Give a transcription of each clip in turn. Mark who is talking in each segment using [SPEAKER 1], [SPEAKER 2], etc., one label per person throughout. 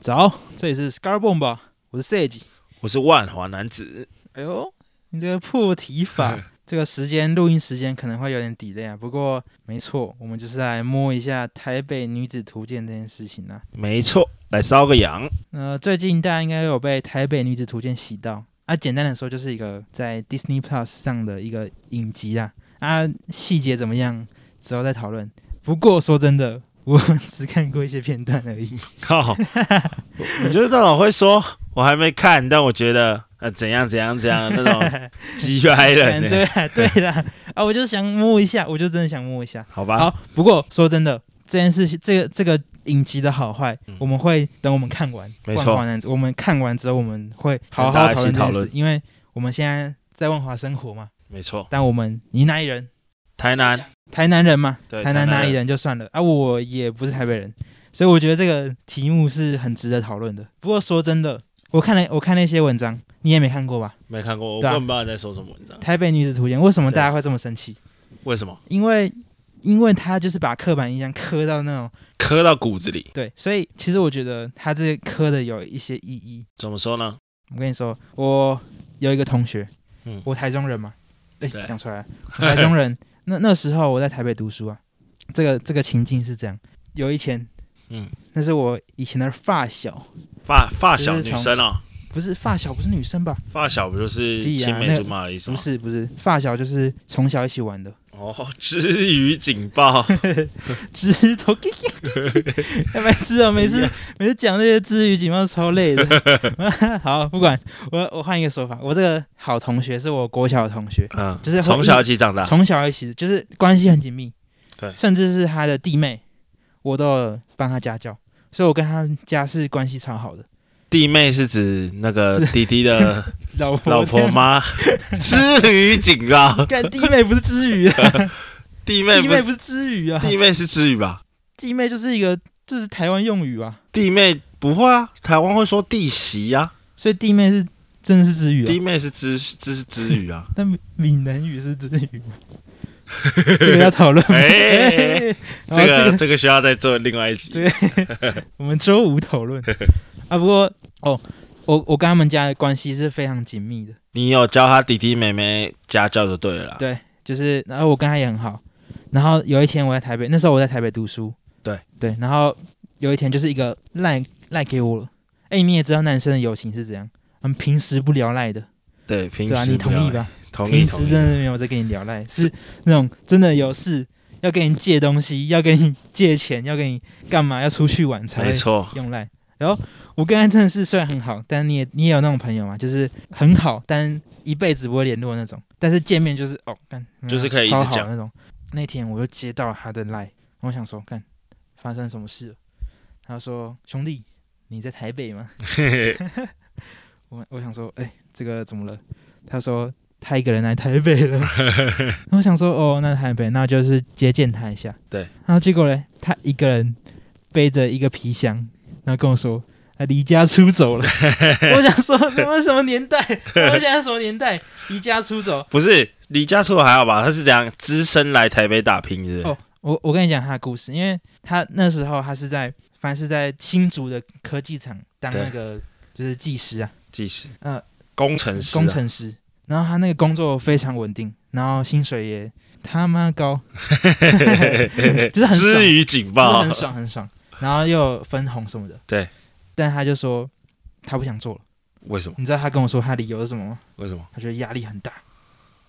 [SPEAKER 1] 早，这里是 Scarbone 吧，我是 Sage。
[SPEAKER 2] 我是万华男子，
[SPEAKER 1] 哎呦，你这个破题法， 这个时间录音时间可能会有点 delay 啊。不过没错，我们就是来摸一下台北女子图鉴这件事情啊。
[SPEAKER 2] 没错，来烧个羊。
[SPEAKER 1] 呃，最近大家应该有被《台北女子图鉴》洗到啊。简单的说，就是一个在 Disney Plus 上的一个影集啦。啊，细节怎么样，之后再讨论。不过说真的，我只看过一些片段而 已。
[SPEAKER 2] 靠， 你就是那种会说我还没看，但我觉得呃怎样怎样怎样的那 种鸡歪人
[SPEAKER 1] 嗯，对
[SPEAKER 2] 呢？
[SPEAKER 1] 啊，对啦，啊，我就是想摸一下，我就真的想摸一下。
[SPEAKER 2] 好吧，
[SPEAKER 1] 好，不过说真的，这件事情，这个这个影集的好坏，
[SPEAKER 2] 嗯
[SPEAKER 1] 我们会等我们看完，
[SPEAKER 2] 没
[SPEAKER 1] 万
[SPEAKER 2] 错
[SPEAKER 1] 华男子，我们看完之后，我们会好
[SPEAKER 2] 跟大家
[SPEAKER 1] 好讨论
[SPEAKER 2] 一起
[SPEAKER 1] 这件
[SPEAKER 2] 讨
[SPEAKER 1] 事
[SPEAKER 2] 论，
[SPEAKER 1] 因为我们现在在万华生活嘛，
[SPEAKER 2] 没错，
[SPEAKER 1] 但我们你哪里人？
[SPEAKER 2] 台南
[SPEAKER 1] 台南人嘛，
[SPEAKER 2] 对
[SPEAKER 1] 台南
[SPEAKER 2] 台南
[SPEAKER 1] 哪
[SPEAKER 2] 人
[SPEAKER 1] 里人就算了啊，我也不是台北人，所以我觉得这个题目是很值得讨论的。不过说真的，我看了我看那些文章，你也没看过吧？
[SPEAKER 2] 没看过，我
[SPEAKER 1] 对
[SPEAKER 2] 根
[SPEAKER 1] 啊
[SPEAKER 2] 本不知道你在说什么文章。
[SPEAKER 1] 《台北女子图鉴》为什么
[SPEAKER 2] 对
[SPEAKER 1] 大家会这么生气？
[SPEAKER 2] 为什么
[SPEAKER 1] 因为因为他就是把刻板印象刻到那种。
[SPEAKER 2] 磕到骨子里？
[SPEAKER 1] 对，所以其实我觉得他这个科的有一些意义。
[SPEAKER 2] 怎么说呢？
[SPEAKER 1] 我跟你说，我有一个同学，
[SPEAKER 2] 嗯
[SPEAKER 1] 我台中人嘛，哎、
[SPEAKER 2] 对
[SPEAKER 1] 讲出来了，我台中人。那那时候我在台北读书啊，这个这个情境是这样：有一天，
[SPEAKER 2] 嗯，
[SPEAKER 1] 那是我以前的发小，
[SPEAKER 2] 发发小
[SPEAKER 1] 就是
[SPEAKER 2] 女
[SPEAKER 1] 从
[SPEAKER 2] 生哦，
[SPEAKER 1] 不是发小，不是女生吧？
[SPEAKER 2] 发小不就是
[SPEAKER 1] 屁啊
[SPEAKER 2] 青梅
[SPEAKER 1] 那
[SPEAKER 2] 竹马的意思
[SPEAKER 1] 不
[SPEAKER 2] 吗？
[SPEAKER 1] 是不是，发小就是从小一起玩的，
[SPEAKER 2] 哦，至于警 报，
[SPEAKER 1] 知头， 哎白痴啊！每次每次讲这些知语警报超累 的。好，不管我我换一个说法，我这个好同学是我国小的同学，
[SPEAKER 2] 嗯，
[SPEAKER 1] 就是会
[SPEAKER 2] 从小一起长大，
[SPEAKER 1] 从小一起就是关系很紧密，
[SPEAKER 2] 啊对
[SPEAKER 1] 甚至是他的弟妹，我都有帮他家教，所以我跟他家是关系超好的。
[SPEAKER 2] 弟妹是指那个弟弟的
[SPEAKER 1] 老婆
[SPEAKER 2] 老婆？ 妈，至于警报，
[SPEAKER 1] 干弟妹不是知语啊，
[SPEAKER 2] 弟 妹
[SPEAKER 1] 弟
[SPEAKER 2] 不
[SPEAKER 1] 妹
[SPEAKER 2] 是
[SPEAKER 1] 不是知语啊，
[SPEAKER 2] 弟妹是至于吧？
[SPEAKER 1] 弟妹就是一个这是台湾用语啊，
[SPEAKER 2] 弟妹不会啊，台湾会说弟媳啊，
[SPEAKER 1] 所以弟妹是真的是知语啊。
[SPEAKER 2] 弟。妹是知知是知语啊
[SPEAKER 1] 但闽闽南语是知语吗？这个要讨论吗。
[SPEAKER 2] 哎，
[SPEAKER 1] 然
[SPEAKER 2] 这
[SPEAKER 1] 后哦这
[SPEAKER 2] 个
[SPEAKER 1] 个
[SPEAKER 2] 这个需要再做另外一
[SPEAKER 1] 这
[SPEAKER 2] 集
[SPEAKER 1] 个。我们周五讨论啊。不过哦，我我跟他们家的关系是非常紧密的，
[SPEAKER 2] 你有教他弟弟妹妹家教就对了啦。
[SPEAKER 1] 对，就是然后我跟他也很好。然后有一天我在台北，那时候我在台北读书，
[SPEAKER 2] 对
[SPEAKER 1] 对，然后有一天就是一个赖赖给我了。哎，你也知道男生的友情是怎样，他们平时不聊赖的，
[SPEAKER 2] 对，平
[SPEAKER 1] 对啊，
[SPEAKER 2] 时
[SPEAKER 1] 你
[SPEAKER 2] 不
[SPEAKER 1] 同
[SPEAKER 2] 要
[SPEAKER 1] 意？吧？
[SPEAKER 2] 同意
[SPEAKER 1] 平
[SPEAKER 2] 同
[SPEAKER 1] 时
[SPEAKER 2] 意。
[SPEAKER 1] 真的没有在跟你聊赖，是那种真的有事要跟你借东西，要跟你借钱，要跟你干嘛，要出去玩才
[SPEAKER 2] 没
[SPEAKER 1] 会
[SPEAKER 2] 错，
[SPEAKER 1] 用赖。然后我跟他真的是虽然很好，但你也你也有那种朋友嘛，就是很好，但一辈子不会联络那种，但是见面就是哦，干
[SPEAKER 2] 就是可以一直
[SPEAKER 1] 超好
[SPEAKER 2] 讲
[SPEAKER 1] 那种。那天我就接到他的赖，我想说干发生什么事了？他说兄弟，你在台北吗？ 我我想说，哎、这个怎么了？他说他一个人来台 北了。然后我想说，哦，那台北，那就是接见他一下。
[SPEAKER 2] 对。
[SPEAKER 1] 然后结果嘞，他一个人背着一个皮箱，然后跟我说他离家出走了。 我想说，他妈什么年 代？他妈现在什么年代？离家出走？
[SPEAKER 2] 不是离家出走还好吧？他是怎样只身来台北打拼，是不是？
[SPEAKER 1] 哦我我跟你讲他的故事，因为他那时候他是在，反正是在新竹的科技厂当
[SPEAKER 2] 对
[SPEAKER 1] 那个就是技师啊。
[SPEAKER 2] 技师，
[SPEAKER 1] 呃
[SPEAKER 2] 工程师啊，
[SPEAKER 1] 工程师，然后他那个工作非常稳定，然后薪水也他妈 高，就是很爽
[SPEAKER 2] 至于警
[SPEAKER 1] 就是
[SPEAKER 2] 报
[SPEAKER 1] 很，爽很爽，然后又有分红什么的。
[SPEAKER 2] 对，
[SPEAKER 1] 但他就说他不想做了。
[SPEAKER 2] 为什么？
[SPEAKER 1] 你知道他跟我说他理由是什么吗？
[SPEAKER 2] 为什么？
[SPEAKER 1] 他觉得压力很大。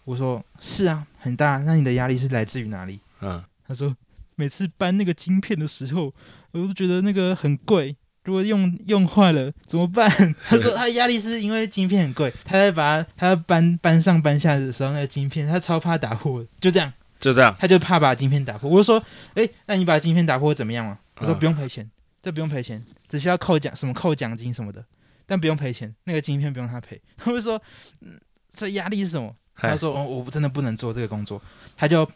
[SPEAKER 1] 我说是啊，很大。那你的压力是来自于哪里？
[SPEAKER 2] 嗯，
[SPEAKER 1] 他说每次搬那个晶片的时候，我都觉得那个很贵，如果用用坏了怎么办？ 他说他的压力是因为晶片很贵，他在把它他在搬搬上搬下的时候，那个晶片他超怕打破的，就这样，
[SPEAKER 2] 就这样。
[SPEAKER 1] 他就怕把晶片打破。我就说，哎、那你把晶片打破怎么样嘛？我说
[SPEAKER 2] 嗯
[SPEAKER 1] 不用赔钱，这不用赔钱，只需要扣奖什么扣奖金什么的，但不用赔钱，那个晶片不用他赔。 我就说，嗯，这压力是什么？他
[SPEAKER 2] 嗨
[SPEAKER 1] 说：“哦，我真的不能做这个工作。”他就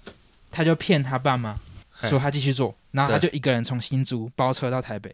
[SPEAKER 1] 他就骗他爸妈
[SPEAKER 2] 嘿
[SPEAKER 1] 说他继续做，然后他就
[SPEAKER 2] 对
[SPEAKER 1] 一个人从新竹包车到台北。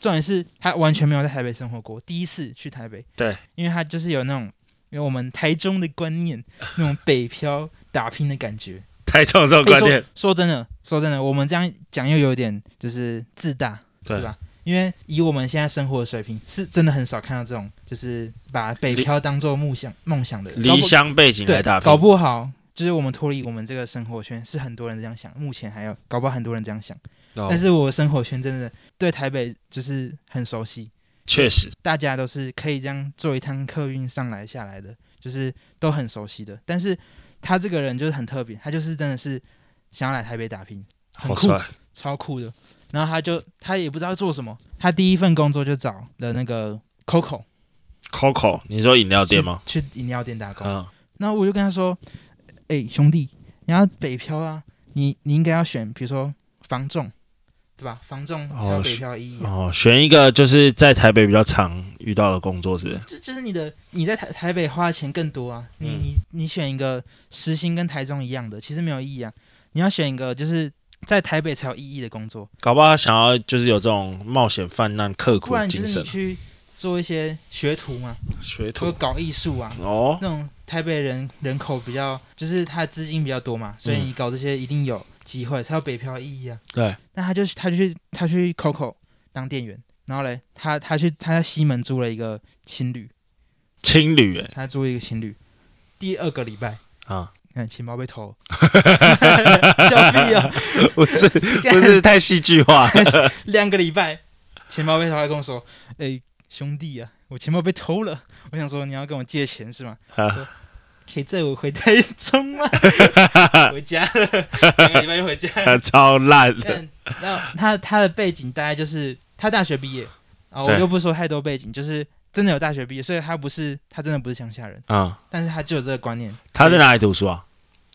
[SPEAKER 1] 重点是他完全没有在台北生活过，第一次去台北。
[SPEAKER 2] 对，
[SPEAKER 1] 因为他就是有那种因为我们台中的观念，那种北漂打拼的感觉。
[SPEAKER 2] 太重这种
[SPEAKER 1] 哎
[SPEAKER 2] 观
[SPEAKER 1] 说
[SPEAKER 2] 念，
[SPEAKER 1] 说真的，说真的，我们这样讲又有点就是自大，
[SPEAKER 2] 对
[SPEAKER 1] 吧？因为以我们现在生活的水平，是真的很少看到这种，就是把北漂当做梦想梦想的人搞
[SPEAKER 2] 离
[SPEAKER 1] 不
[SPEAKER 2] 乡背景来
[SPEAKER 1] 对
[SPEAKER 2] 打，
[SPEAKER 1] 搞
[SPEAKER 2] 拼，
[SPEAKER 1] 不好就是我们脱离我们这个生活圈，是很多人这样想。目前还有，搞不好很多人这样想。
[SPEAKER 2] 哦
[SPEAKER 1] 但是我生活圈真的对台北就是很熟悉，
[SPEAKER 2] 确实
[SPEAKER 1] 大家都是可以这样坐一趟客运上来下来的，就是都很熟悉的。但是他这个人就是很特别，他就是真的是想要来台北打拼，很
[SPEAKER 2] 好
[SPEAKER 1] 酷，
[SPEAKER 2] 帅，
[SPEAKER 1] 超酷的。然后他就他也不知道做什么，他第一份工作就找了那个 Coco
[SPEAKER 2] Coco，你说饮料店吗？
[SPEAKER 1] 去饮料店打工。
[SPEAKER 2] 嗯，
[SPEAKER 1] 那我就跟他说：“哎、兄弟，你要北漂啊，你你应该要选，比如说房仲，对吧？房仲才有
[SPEAKER 2] 哦
[SPEAKER 1] 北
[SPEAKER 2] 是
[SPEAKER 1] 漂的意义啊、
[SPEAKER 2] 哦，选一个就是在台北比较常遇到的工作，是不是？
[SPEAKER 1] 这就是你的你在台台北花的钱更多啊。
[SPEAKER 2] 嗯
[SPEAKER 1] 你、你你选一个时薪跟台中一样的，其实没有意义啊。你要选一个就是在台北才有意义的工作，
[SPEAKER 2] 搞不好他想要就是有这种冒险犯难、刻
[SPEAKER 1] 不
[SPEAKER 2] 苦
[SPEAKER 1] 然就
[SPEAKER 2] 精
[SPEAKER 1] 是
[SPEAKER 2] 神啊
[SPEAKER 1] 你，去做一些学徒嘛，
[SPEAKER 2] 学
[SPEAKER 1] 或
[SPEAKER 2] 徒
[SPEAKER 1] 搞艺术啊，
[SPEAKER 2] 哦，
[SPEAKER 1] 那种台北人人口比较，就是他的资金比较多嘛，所以你搞这些一定有机会，才有北漂意义啊。
[SPEAKER 2] 嗯对，
[SPEAKER 1] 那他就去他就去他去 Coco 当店员，然后嘞，他他去他在西门租了一个情侣，
[SPEAKER 2] 青旅哎
[SPEAKER 1] 他租了一个情侣，第二个礼拜，
[SPEAKER 2] 啊，
[SPEAKER 1] 看钱包被偷，笑屁啊！
[SPEAKER 2] 不 是不是太戏剧化，
[SPEAKER 1] 两个礼拜，钱包被偷，还跟我说：“哎、兄弟啊，我钱包被偷了。”我想说你要跟我借钱是吗？
[SPEAKER 2] 啊
[SPEAKER 1] 说可以载我回台中吗？ 回家了，两个礼拜就回家了。
[SPEAKER 2] 超烂的，
[SPEAKER 1] 但然后他他的背景大概就是他大学毕业啊，我
[SPEAKER 2] 对
[SPEAKER 1] 又不说太多背景，就是真的有大学毕业，所以他不是他真的不是乡下人，
[SPEAKER 2] 嗯，
[SPEAKER 1] 但是他就有这个观念。
[SPEAKER 2] 他在哪里读书啊？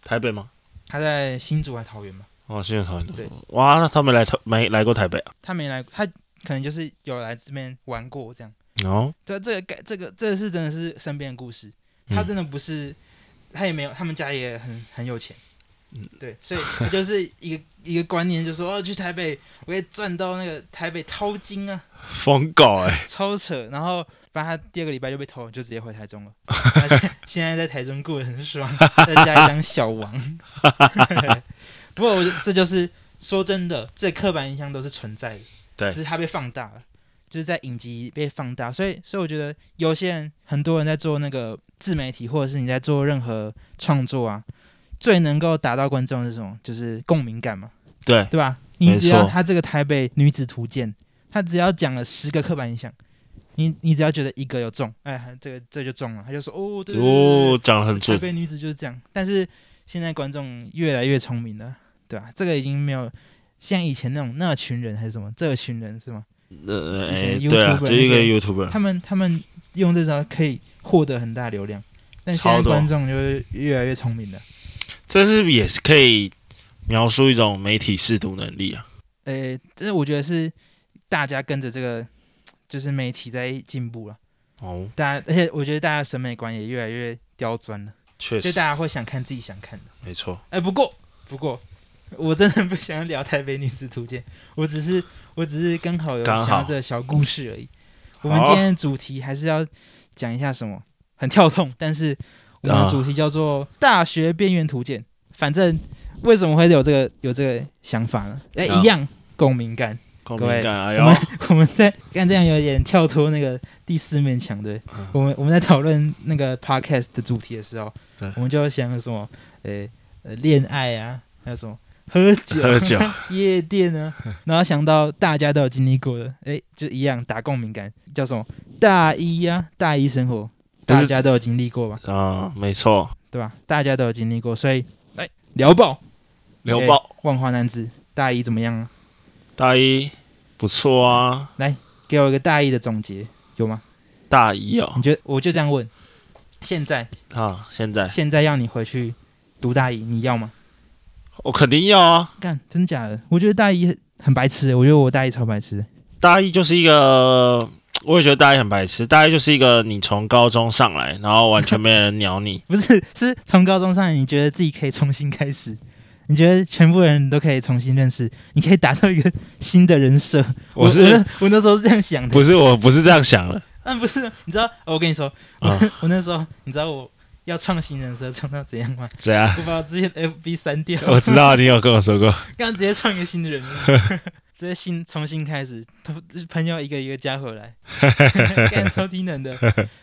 [SPEAKER 2] 台北吗？
[SPEAKER 1] 他在新竹还桃园嘛，
[SPEAKER 2] 哦，新竹桃园读
[SPEAKER 1] 对
[SPEAKER 2] 书。哇，那他没来台没来过台北啊？
[SPEAKER 1] 他没来，他可能就是有来这边玩过这样。
[SPEAKER 2] 哦，
[SPEAKER 1] 对，这个概这个这个是真的是身边的故事，
[SPEAKER 2] 嗯
[SPEAKER 1] 他真的不是，他也没有，他们家也很很有钱，对，所以他就是一个一个观念，就是说哦，去台北我可以赚到那个台北掏金啊，
[SPEAKER 2] 疯狗哎，
[SPEAKER 1] 超扯。然后把他第二个礼拜就被偷，就直接回台中了。他现 现在在台中过得很爽，在家里当小王。 不过我这就是说真的，这刻板印象都是存在的，
[SPEAKER 2] 对
[SPEAKER 1] 只是它被放大了，就是在影集被放大。所以，所以我觉得有些人，很多人在做那个自媒体，或者是你在做任何创作啊，最能够达到观众的是什么？就是共鸣感嘛。
[SPEAKER 2] 对，
[SPEAKER 1] 对吧？你只
[SPEAKER 2] 没
[SPEAKER 1] 要
[SPEAKER 2] 错
[SPEAKER 1] 他这个台北女子图鉴，他只要讲了十个刻板印象，你你只要觉得一个有中，哎，这个这就中了，他就说哦，对对对
[SPEAKER 2] 哦，讲的很
[SPEAKER 1] 对对，
[SPEAKER 2] 准
[SPEAKER 1] 台，北女子就是这样。但是现在观众越来越聪明了，对吧、这个已经没有像以前那种那群人还是什么这群人是吗？
[SPEAKER 2] 呃，
[SPEAKER 1] 以
[SPEAKER 2] 哎，
[SPEAKER 1] 前
[SPEAKER 2] 对啊，
[SPEAKER 1] YouTuber
[SPEAKER 2] 就一个
[SPEAKER 1] 那些
[SPEAKER 2] YouTuber，
[SPEAKER 1] 他们他们用这招可以获得很大流量，但现在
[SPEAKER 2] 超多
[SPEAKER 1] 观众就是越来越聪明了。
[SPEAKER 2] 这是也是可以描述一种媒体试读能力啊。
[SPEAKER 1] 呃，这我觉得是大家跟着这个就是媒体在进步了。
[SPEAKER 2] 哦，
[SPEAKER 1] 大家，而且我觉得大家的审美观也越来越刁钻了，
[SPEAKER 2] 确
[SPEAKER 1] 就大
[SPEAKER 2] 实，
[SPEAKER 1] 家会想看自己想看的。
[SPEAKER 2] 没错。
[SPEAKER 1] 哎、不过不过，我真的不想要聊《台北女子图鉴》，我只是我只是刚好有
[SPEAKER 2] 刚
[SPEAKER 1] 想
[SPEAKER 2] 好
[SPEAKER 1] 到这个小故事而已。我们今天的主题还是要讲一下什么，很跳痛，但是我们的
[SPEAKER 2] 啊
[SPEAKER 1] 主题叫做《大学边缘图鉴》。反正为什么会有这个有这个想法呢？哎、
[SPEAKER 2] 啊
[SPEAKER 1] 一样共鸣感。
[SPEAKER 2] 共
[SPEAKER 1] 各位
[SPEAKER 2] 鸣感，哎
[SPEAKER 1] 我们
[SPEAKER 2] 呦，
[SPEAKER 1] 我们在看这样有点跳脱那个第四面墙，对，
[SPEAKER 2] 嗯
[SPEAKER 1] 我们我们在讨论那个 podcast 的主题的时候
[SPEAKER 2] 对，
[SPEAKER 1] 我们就想有什么，呃呃，恋爱啊，还有什么喝酒、 啊
[SPEAKER 2] 喝酒
[SPEAKER 1] 夜店啊，然后想到大家都有经历过的，哎，就一样打共鸣感，叫什么大一啊，大一生活，
[SPEAKER 2] 不是
[SPEAKER 1] 大家都有经历过吧，
[SPEAKER 2] 啊，没错，
[SPEAKER 1] 对吧？大家都有经历过，所以来聊爆
[SPEAKER 2] 聊爆
[SPEAKER 1] 万花男子大一怎么样啊？
[SPEAKER 2] 哎大一不错啊，
[SPEAKER 1] 给我一个大一的总结，有吗？
[SPEAKER 2] 大一哦
[SPEAKER 1] 你觉得我就这样问，现在
[SPEAKER 2] 啊，现在
[SPEAKER 1] 现在要你回去读大一，你要吗？
[SPEAKER 2] 我肯定要啊，
[SPEAKER 1] 干，真假的？我觉得大一很很白痴欸，我觉得我大一超白痴欸的。，
[SPEAKER 2] 大一就是一个，我也觉得大一很白痴，大一就是一个你从高中上来，然后完全没人鸟你
[SPEAKER 1] 不是， 是从高中上来，你觉得自己可以重新开始，你觉得全部人都可以重新认识，你可以打造一个新的人设。我
[SPEAKER 2] 我是
[SPEAKER 1] 那我那时候是这样想的，
[SPEAKER 2] 不是我不是这样想的
[SPEAKER 1] 嗯， 不是，你知道，我跟你说，我、
[SPEAKER 2] 啊？
[SPEAKER 1] 我那时候你知道我要创新人设创到怎样吗？
[SPEAKER 2] 怎样？
[SPEAKER 1] 我把我之前的 FB 删掉，
[SPEAKER 2] 我知道你有跟我说过，
[SPEAKER 1] 刚刚直接创一个新的人物， 直接新重新开始，都朋友一个一个加 回来，干超低能的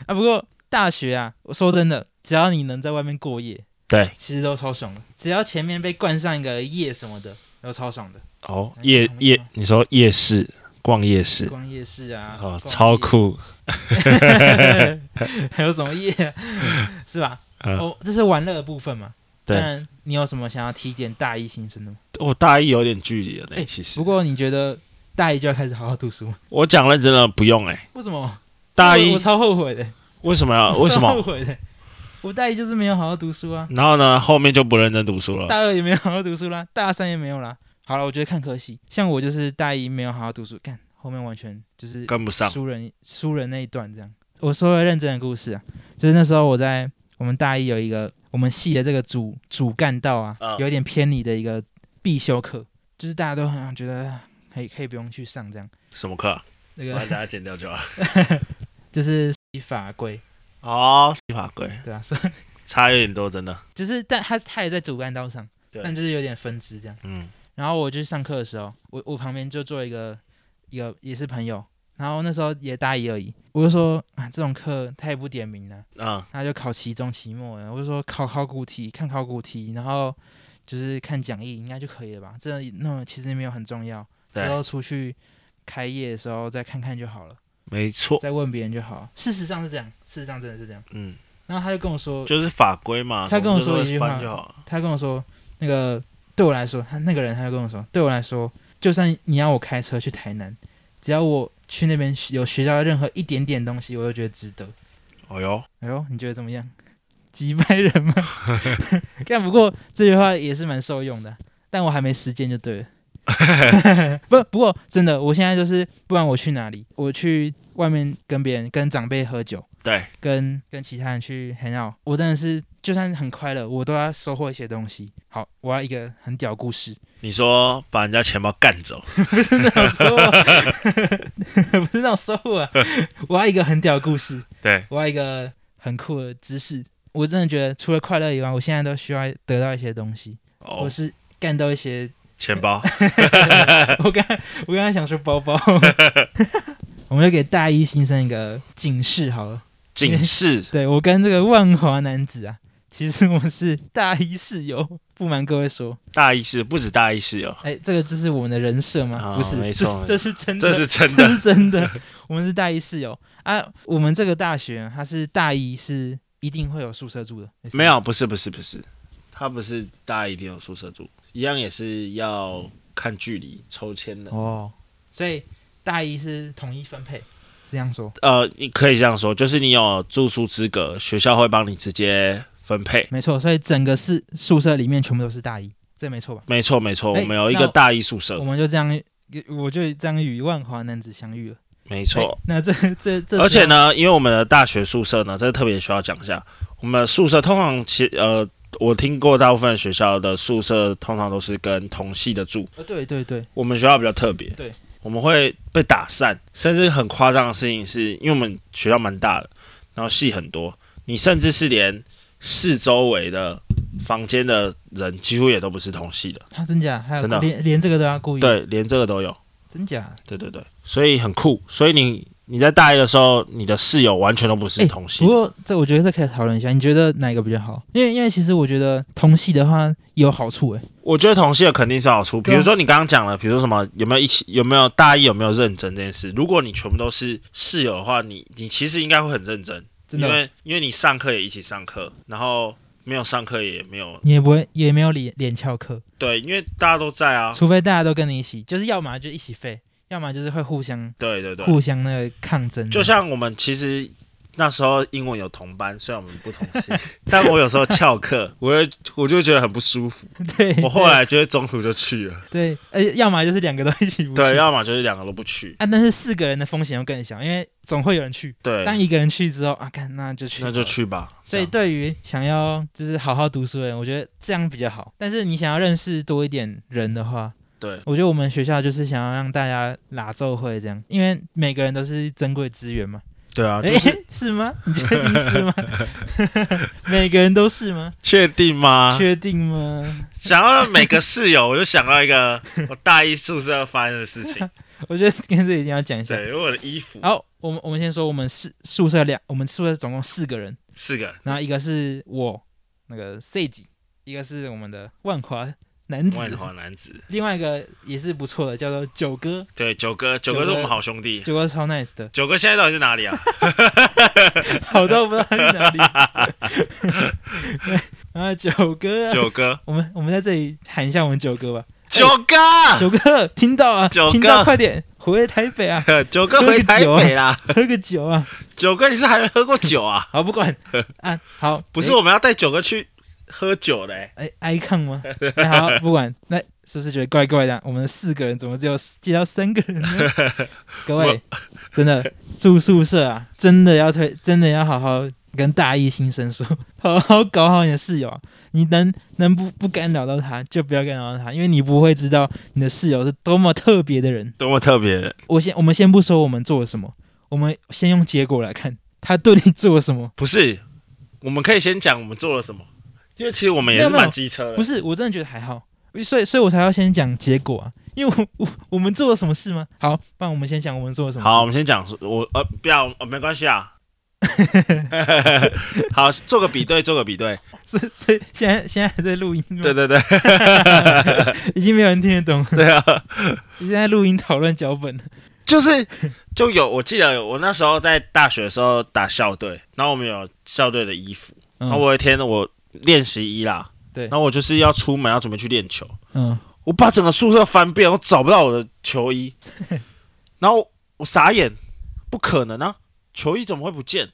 [SPEAKER 1] 啊！不过大学啊，我说真的，只要你能在外面过夜，
[SPEAKER 2] 对，
[SPEAKER 1] 其实都超爽的。只要前面被冠上一个夜什么的，都超爽的。
[SPEAKER 2] 哦，
[SPEAKER 1] 哎
[SPEAKER 2] 夜
[SPEAKER 1] 这种
[SPEAKER 2] 夜
[SPEAKER 1] 地方，
[SPEAKER 2] 你说夜市逛夜市，
[SPEAKER 1] 逛夜市啊，
[SPEAKER 2] 哦，
[SPEAKER 1] 逛
[SPEAKER 2] 超
[SPEAKER 1] 夜
[SPEAKER 2] 酷，
[SPEAKER 1] 还有什么夜、 是吧？
[SPEAKER 2] 嗯
[SPEAKER 1] 哦，这是玩乐的部分嘛。
[SPEAKER 2] 对
[SPEAKER 1] 当然，你有什么想要提点大一新生的吗？
[SPEAKER 2] 我哦大一有点距离了呢，
[SPEAKER 1] 哎
[SPEAKER 2] 其实
[SPEAKER 1] 不过你觉得大一就要开始好好读书吗？
[SPEAKER 2] 我讲认真的不用哎、
[SPEAKER 1] 为什么？
[SPEAKER 2] 大
[SPEAKER 1] 我
[SPEAKER 2] 一
[SPEAKER 1] 我超后悔的。
[SPEAKER 2] 为什么 要
[SPEAKER 1] 我
[SPEAKER 2] 啊为什
[SPEAKER 1] 超后
[SPEAKER 2] 么？
[SPEAKER 1] 悔的？我大一就是没有好好读书啊，
[SPEAKER 2] 然后呢，后面就不认真读书了。
[SPEAKER 1] 大二也没有好好读书啦，大三也没有啦。好了，我觉得看科系，像我就是大一没有好好读书，干后面完全就是
[SPEAKER 2] 跟不上，
[SPEAKER 1] 输人输人那一段这样。我说个认真的故事啊，就是那时候我在我们大一有一个我们系的这个主主干道啊，
[SPEAKER 2] 嗯
[SPEAKER 1] 有一点偏离的一个必修课，就是大家都好像觉得啊可以可以不用去上这样。
[SPEAKER 2] 什么课？
[SPEAKER 1] 那
[SPEAKER 2] 我把
[SPEAKER 1] 个
[SPEAKER 2] 大家剪掉 就好。
[SPEAKER 1] 就是 法规，
[SPEAKER 2] 哦，法规
[SPEAKER 1] 对啊，所以
[SPEAKER 2] 差有点多，真的。
[SPEAKER 1] 就是但他他也在主干道上，
[SPEAKER 2] 对
[SPEAKER 1] 但就是有点分支这样。
[SPEAKER 2] 嗯，
[SPEAKER 1] 然后我就上课的时候，我我旁边就坐一个一个也是朋友，然后那时候也大一而已，我就说啊这种课他也不点名了，
[SPEAKER 2] 啊，
[SPEAKER 1] 他就考期中、期末了，我就说考考古题，看考古题，然后就是看讲义应该就可以了吧，这那其实没有很重要，
[SPEAKER 2] 对
[SPEAKER 1] 之后出去开业的时候再看看就好了，
[SPEAKER 2] 没错。
[SPEAKER 1] 再问别人就好。事实上是这样，事实上真的是这样。
[SPEAKER 2] 嗯，
[SPEAKER 1] 然后他就跟我说，
[SPEAKER 2] 就是法规嘛。
[SPEAKER 1] 他跟我说
[SPEAKER 2] 们
[SPEAKER 1] 一
[SPEAKER 2] 就
[SPEAKER 1] 句
[SPEAKER 2] 是
[SPEAKER 1] 话
[SPEAKER 2] 翻就好了。
[SPEAKER 1] 他跟我说，那个对我来说，他那个人他就跟我说，对我来说，就算你要我开车去台南，只要我去那边有学到任何一点点东西，我都觉得值得。
[SPEAKER 2] 哦哟，
[SPEAKER 1] 哎呦，你觉得怎么样？ 击败人吗？ 但不过这句话也是蛮受用的，但我还没实践就对了。 不，不过真的，我现在就是，不管我去哪里，我去外面跟别人、跟长辈喝酒，
[SPEAKER 2] 对，
[SPEAKER 1] 跟跟其他人去 hang out，我真的是就算很快乐，我都要收获一些东西。好，我要一个很屌故事，
[SPEAKER 2] 你说把人家钱包干走，
[SPEAKER 1] 不是那种收获，不是那种收获、 啊，我要一个很屌故事，
[SPEAKER 2] 对，
[SPEAKER 1] 我要一个很酷的知识。我真的觉得除了快乐以外，我现在都需要得到一些东西，
[SPEAKER 2] 哦
[SPEAKER 1] 我，是干到一些。
[SPEAKER 2] 钱 包，
[SPEAKER 1] 我刚我刚才想说 包 包，我们就给大一新生一个警示好了。
[SPEAKER 2] 警示。
[SPEAKER 1] 对我跟这个万华男子啊，其实我是大一室友。不瞒各位说，
[SPEAKER 2] 大一是不止大一哦是有，
[SPEAKER 1] 哎，这个就是我们的人设吗？
[SPEAKER 2] 啊
[SPEAKER 1] 不是，
[SPEAKER 2] 没
[SPEAKER 1] 这
[SPEAKER 2] 错
[SPEAKER 1] 这是真的，
[SPEAKER 2] 这是真
[SPEAKER 1] 这
[SPEAKER 2] 的。
[SPEAKER 1] 是真的。我们是大一室友啊，我们这个大学啊它是大一是一定会有宿舍住的，
[SPEAKER 2] 没有，不是，不是，不是，他不是大一定有宿舍住，一样也是要看距离抽签的。
[SPEAKER 1] 哦，所以大一是统一分配，这样说
[SPEAKER 2] 呃，你可以这样说，就是你有住宿资格，学校会帮你直接分配。
[SPEAKER 1] 没错。所以整个是宿舍里面全部都是大一，这没错吧？
[SPEAKER 2] 没错，没错，
[SPEAKER 1] 哎
[SPEAKER 2] 我们有一
[SPEAKER 1] 那
[SPEAKER 2] 个
[SPEAKER 1] 我
[SPEAKER 2] 大一宿舍
[SPEAKER 1] 我，们就这样，我就这样与万华男子相遇了。
[SPEAKER 2] 没
[SPEAKER 1] 哎
[SPEAKER 2] 错。
[SPEAKER 1] 那这这这，
[SPEAKER 2] 而且，呢，因为我们的大学宿舍呢，这特别需要讲一下，我们的宿舍通常其呃，我听过大部分学校的宿舍通常都是跟同系的住，
[SPEAKER 1] 呃对对对，
[SPEAKER 2] 我们学校比较特别，
[SPEAKER 1] 对，
[SPEAKER 2] 我们会被打散，甚至很夸张的事情是，因为我们学校蛮大的，然后系很多，你甚至是连四周围的房间的人几乎也都不是同系的，
[SPEAKER 1] 他啊真假？还有
[SPEAKER 2] 真的啊
[SPEAKER 1] 连连这个都要故意？，
[SPEAKER 2] 对，连这个都有，
[SPEAKER 1] 真假？
[SPEAKER 2] 对对对，所以很酷，所以你你在大一的时候，你的室友完全都不是
[SPEAKER 1] 哎
[SPEAKER 2] 同系
[SPEAKER 1] 不，过这我觉得这可以讨论一下，你觉得哪一个比较好？因为因为其实我觉得同系的话有好处哎、
[SPEAKER 2] 我觉得同系的肯定是好处，比
[SPEAKER 1] 对啊
[SPEAKER 2] 如说你刚刚讲了，比如说什么有没有一起有没有大一有没有认真这件事，如果你全部都是室友的话，你你其实应该会很认真。
[SPEAKER 1] 真
[SPEAKER 2] 因
[SPEAKER 1] 的，
[SPEAKER 2] 为因为你上课也一起上课，然后没有上课也没有
[SPEAKER 1] 你也不会也没有脸脸翘课，
[SPEAKER 2] 对，因为大家都在啊，
[SPEAKER 1] 除非大家都跟你一起，就是要么就一起废，要么就是会互相
[SPEAKER 2] 对对对，
[SPEAKER 1] 互相那个抗争。
[SPEAKER 2] 就像我们其实那时候英文有同班，虽然我们不同 系，但我有时候翘课，我会我就会觉得很不舒服，
[SPEAKER 1] 对，
[SPEAKER 2] 我后来就会中途就去了，
[SPEAKER 1] 对，而且要么就是两个都一起不去
[SPEAKER 2] 对，要么就是两个都不去，
[SPEAKER 1] 啊，但是四个人的风险又更小，因为总会有人去。
[SPEAKER 2] 对，
[SPEAKER 1] 当一个人去之后啊，干那就去，
[SPEAKER 2] 那就去吧，
[SPEAKER 1] 所
[SPEAKER 2] 这
[SPEAKER 1] 以
[SPEAKER 2] 样
[SPEAKER 1] 对于想要就是好好读书的人，我觉得这样比较好。但是你想要认识多一点人的话，
[SPEAKER 2] 对
[SPEAKER 1] 我觉得我们学校就是想要让大家拉奏会这样，因为每个人都是珍贵资源嘛。
[SPEAKER 2] 对啊，就
[SPEAKER 1] 哎、
[SPEAKER 2] 是
[SPEAKER 1] 是吗？你确定 是吗？每个人都是吗？
[SPEAKER 2] 确定吗？
[SPEAKER 1] 确定吗？
[SPEAKER 2] 想到每个室友，我就想到一个我大一宿舍发生的事情。
[SPEAKER 1] 我觉得跟这一定要讲一下。
[SPEAKER 2] 对，因为我的衣服
[SPEAKER 1] 好，我们我们先说，我们四宿舍两，我们宿舍总共四个人，
[SPEAKER 2] 四个，
[SPEAKER 1] 然后一个是我那个 C 级，一个是我们的万华男子，
[SPEAKER 2] 万华男子。
[SPEAKER 1] 另外一个也是不错的，叫做九哥，
[SPEAKER 2] 对，九哥，九哥
[SPEAKER 1] 九
[SPEAKER 2] 是
[SPEAKER 1] 哥
[SPEAKER 2] 我们好兄弟。
[SPEAKER 1] 九哥超 nice 的，
[SPEAKER 2] 九哥现在到底在哪 里啊？
[SPEAKER 1] 好到不知道他去哪里。 然后九哥啊，
[SPEAKER 2] 九哥，
[SPEAKER 1] 我们我们在这里喊一下我们九哥吧，
[SPEAKER 2] 九哥，
[SPEAKER 1] 哎九哥听到啊，
[SPEAKER 2] 九哥
[SPEAKER 1] 听到快点回台北啊，
[SPEAKER 2] 九哥回台北啦。
[SPEAKER 1] 喝个酒啊，
[SPEAKER 2] 九哥，你是还没喝过酒啊？
[SPEAKER 1] 好不管啊，好
[SPEAKER 2] 不是我们要带九哥去喝酒的、欸，
[SPEAKER 1] 哎哎 icon 吗？ 哎好不管那是不是觉得怪怪的啊？我们四个人怎么只有介绍三个人呢？各位真的住宿舍啊，真的要推，真的要好好跟大一新生说，好好搞好你的室友啊。你能能不不干扰到他，就不要干扰到他，因为你不会知道你的室友是多么特别的人。
[SPEAKER 2] 多么特别的，
[SPEAKER 1] 我先我们先不说我们做了什么，我们先用结果来看他对你做了什么。
[SPEAKER 2] 不是？我们可以先讲我们做了什么，因为其实我们也是
[SPEAKER 1] 没有没有
[SPEAKER 2] 蛮机车
[SPEAKER 1] 不
[SPEAKER 2] 的。
[SPEAKER 1] 是，我真的觉得还好，所以所以我才要先讲结果啊，因为我我我们做了什么事吗？好，不然我们先讲我们做了什么事。
[SPEAKER 2] 好，我们先讲我呃，不要，呃没关系 啊。 好，做个比对，做个比对。
[SPEAKER 1] 所以所以现在现在还在录音吗？
[SPEAKER 2] 对，对对
[SPEAKER 1] 已经没有人听得懂，
[SPEAKER 2] 对 啊，
[SPEAKER 1] 现在录音讨论脚本了。
[SPEAKER 2] 就是就有，我记得有我那时候在大学的时候打校队，然后我们有校队的衣服，然后
[SPEAKER 1] 嗯
[SPEAKER 2] 我有一天我练习衣啦，
[SPEAKER 1] 对
[SPEAKER 2] 然后我就是要出门要准备去练球，
[SPEAKER 1] 嗯，
[SPEAKER 2] 我把整个宿舍翻遍，我找不到我的球 衣，然后我傻眼，不可能啊，球衣怎么会不见？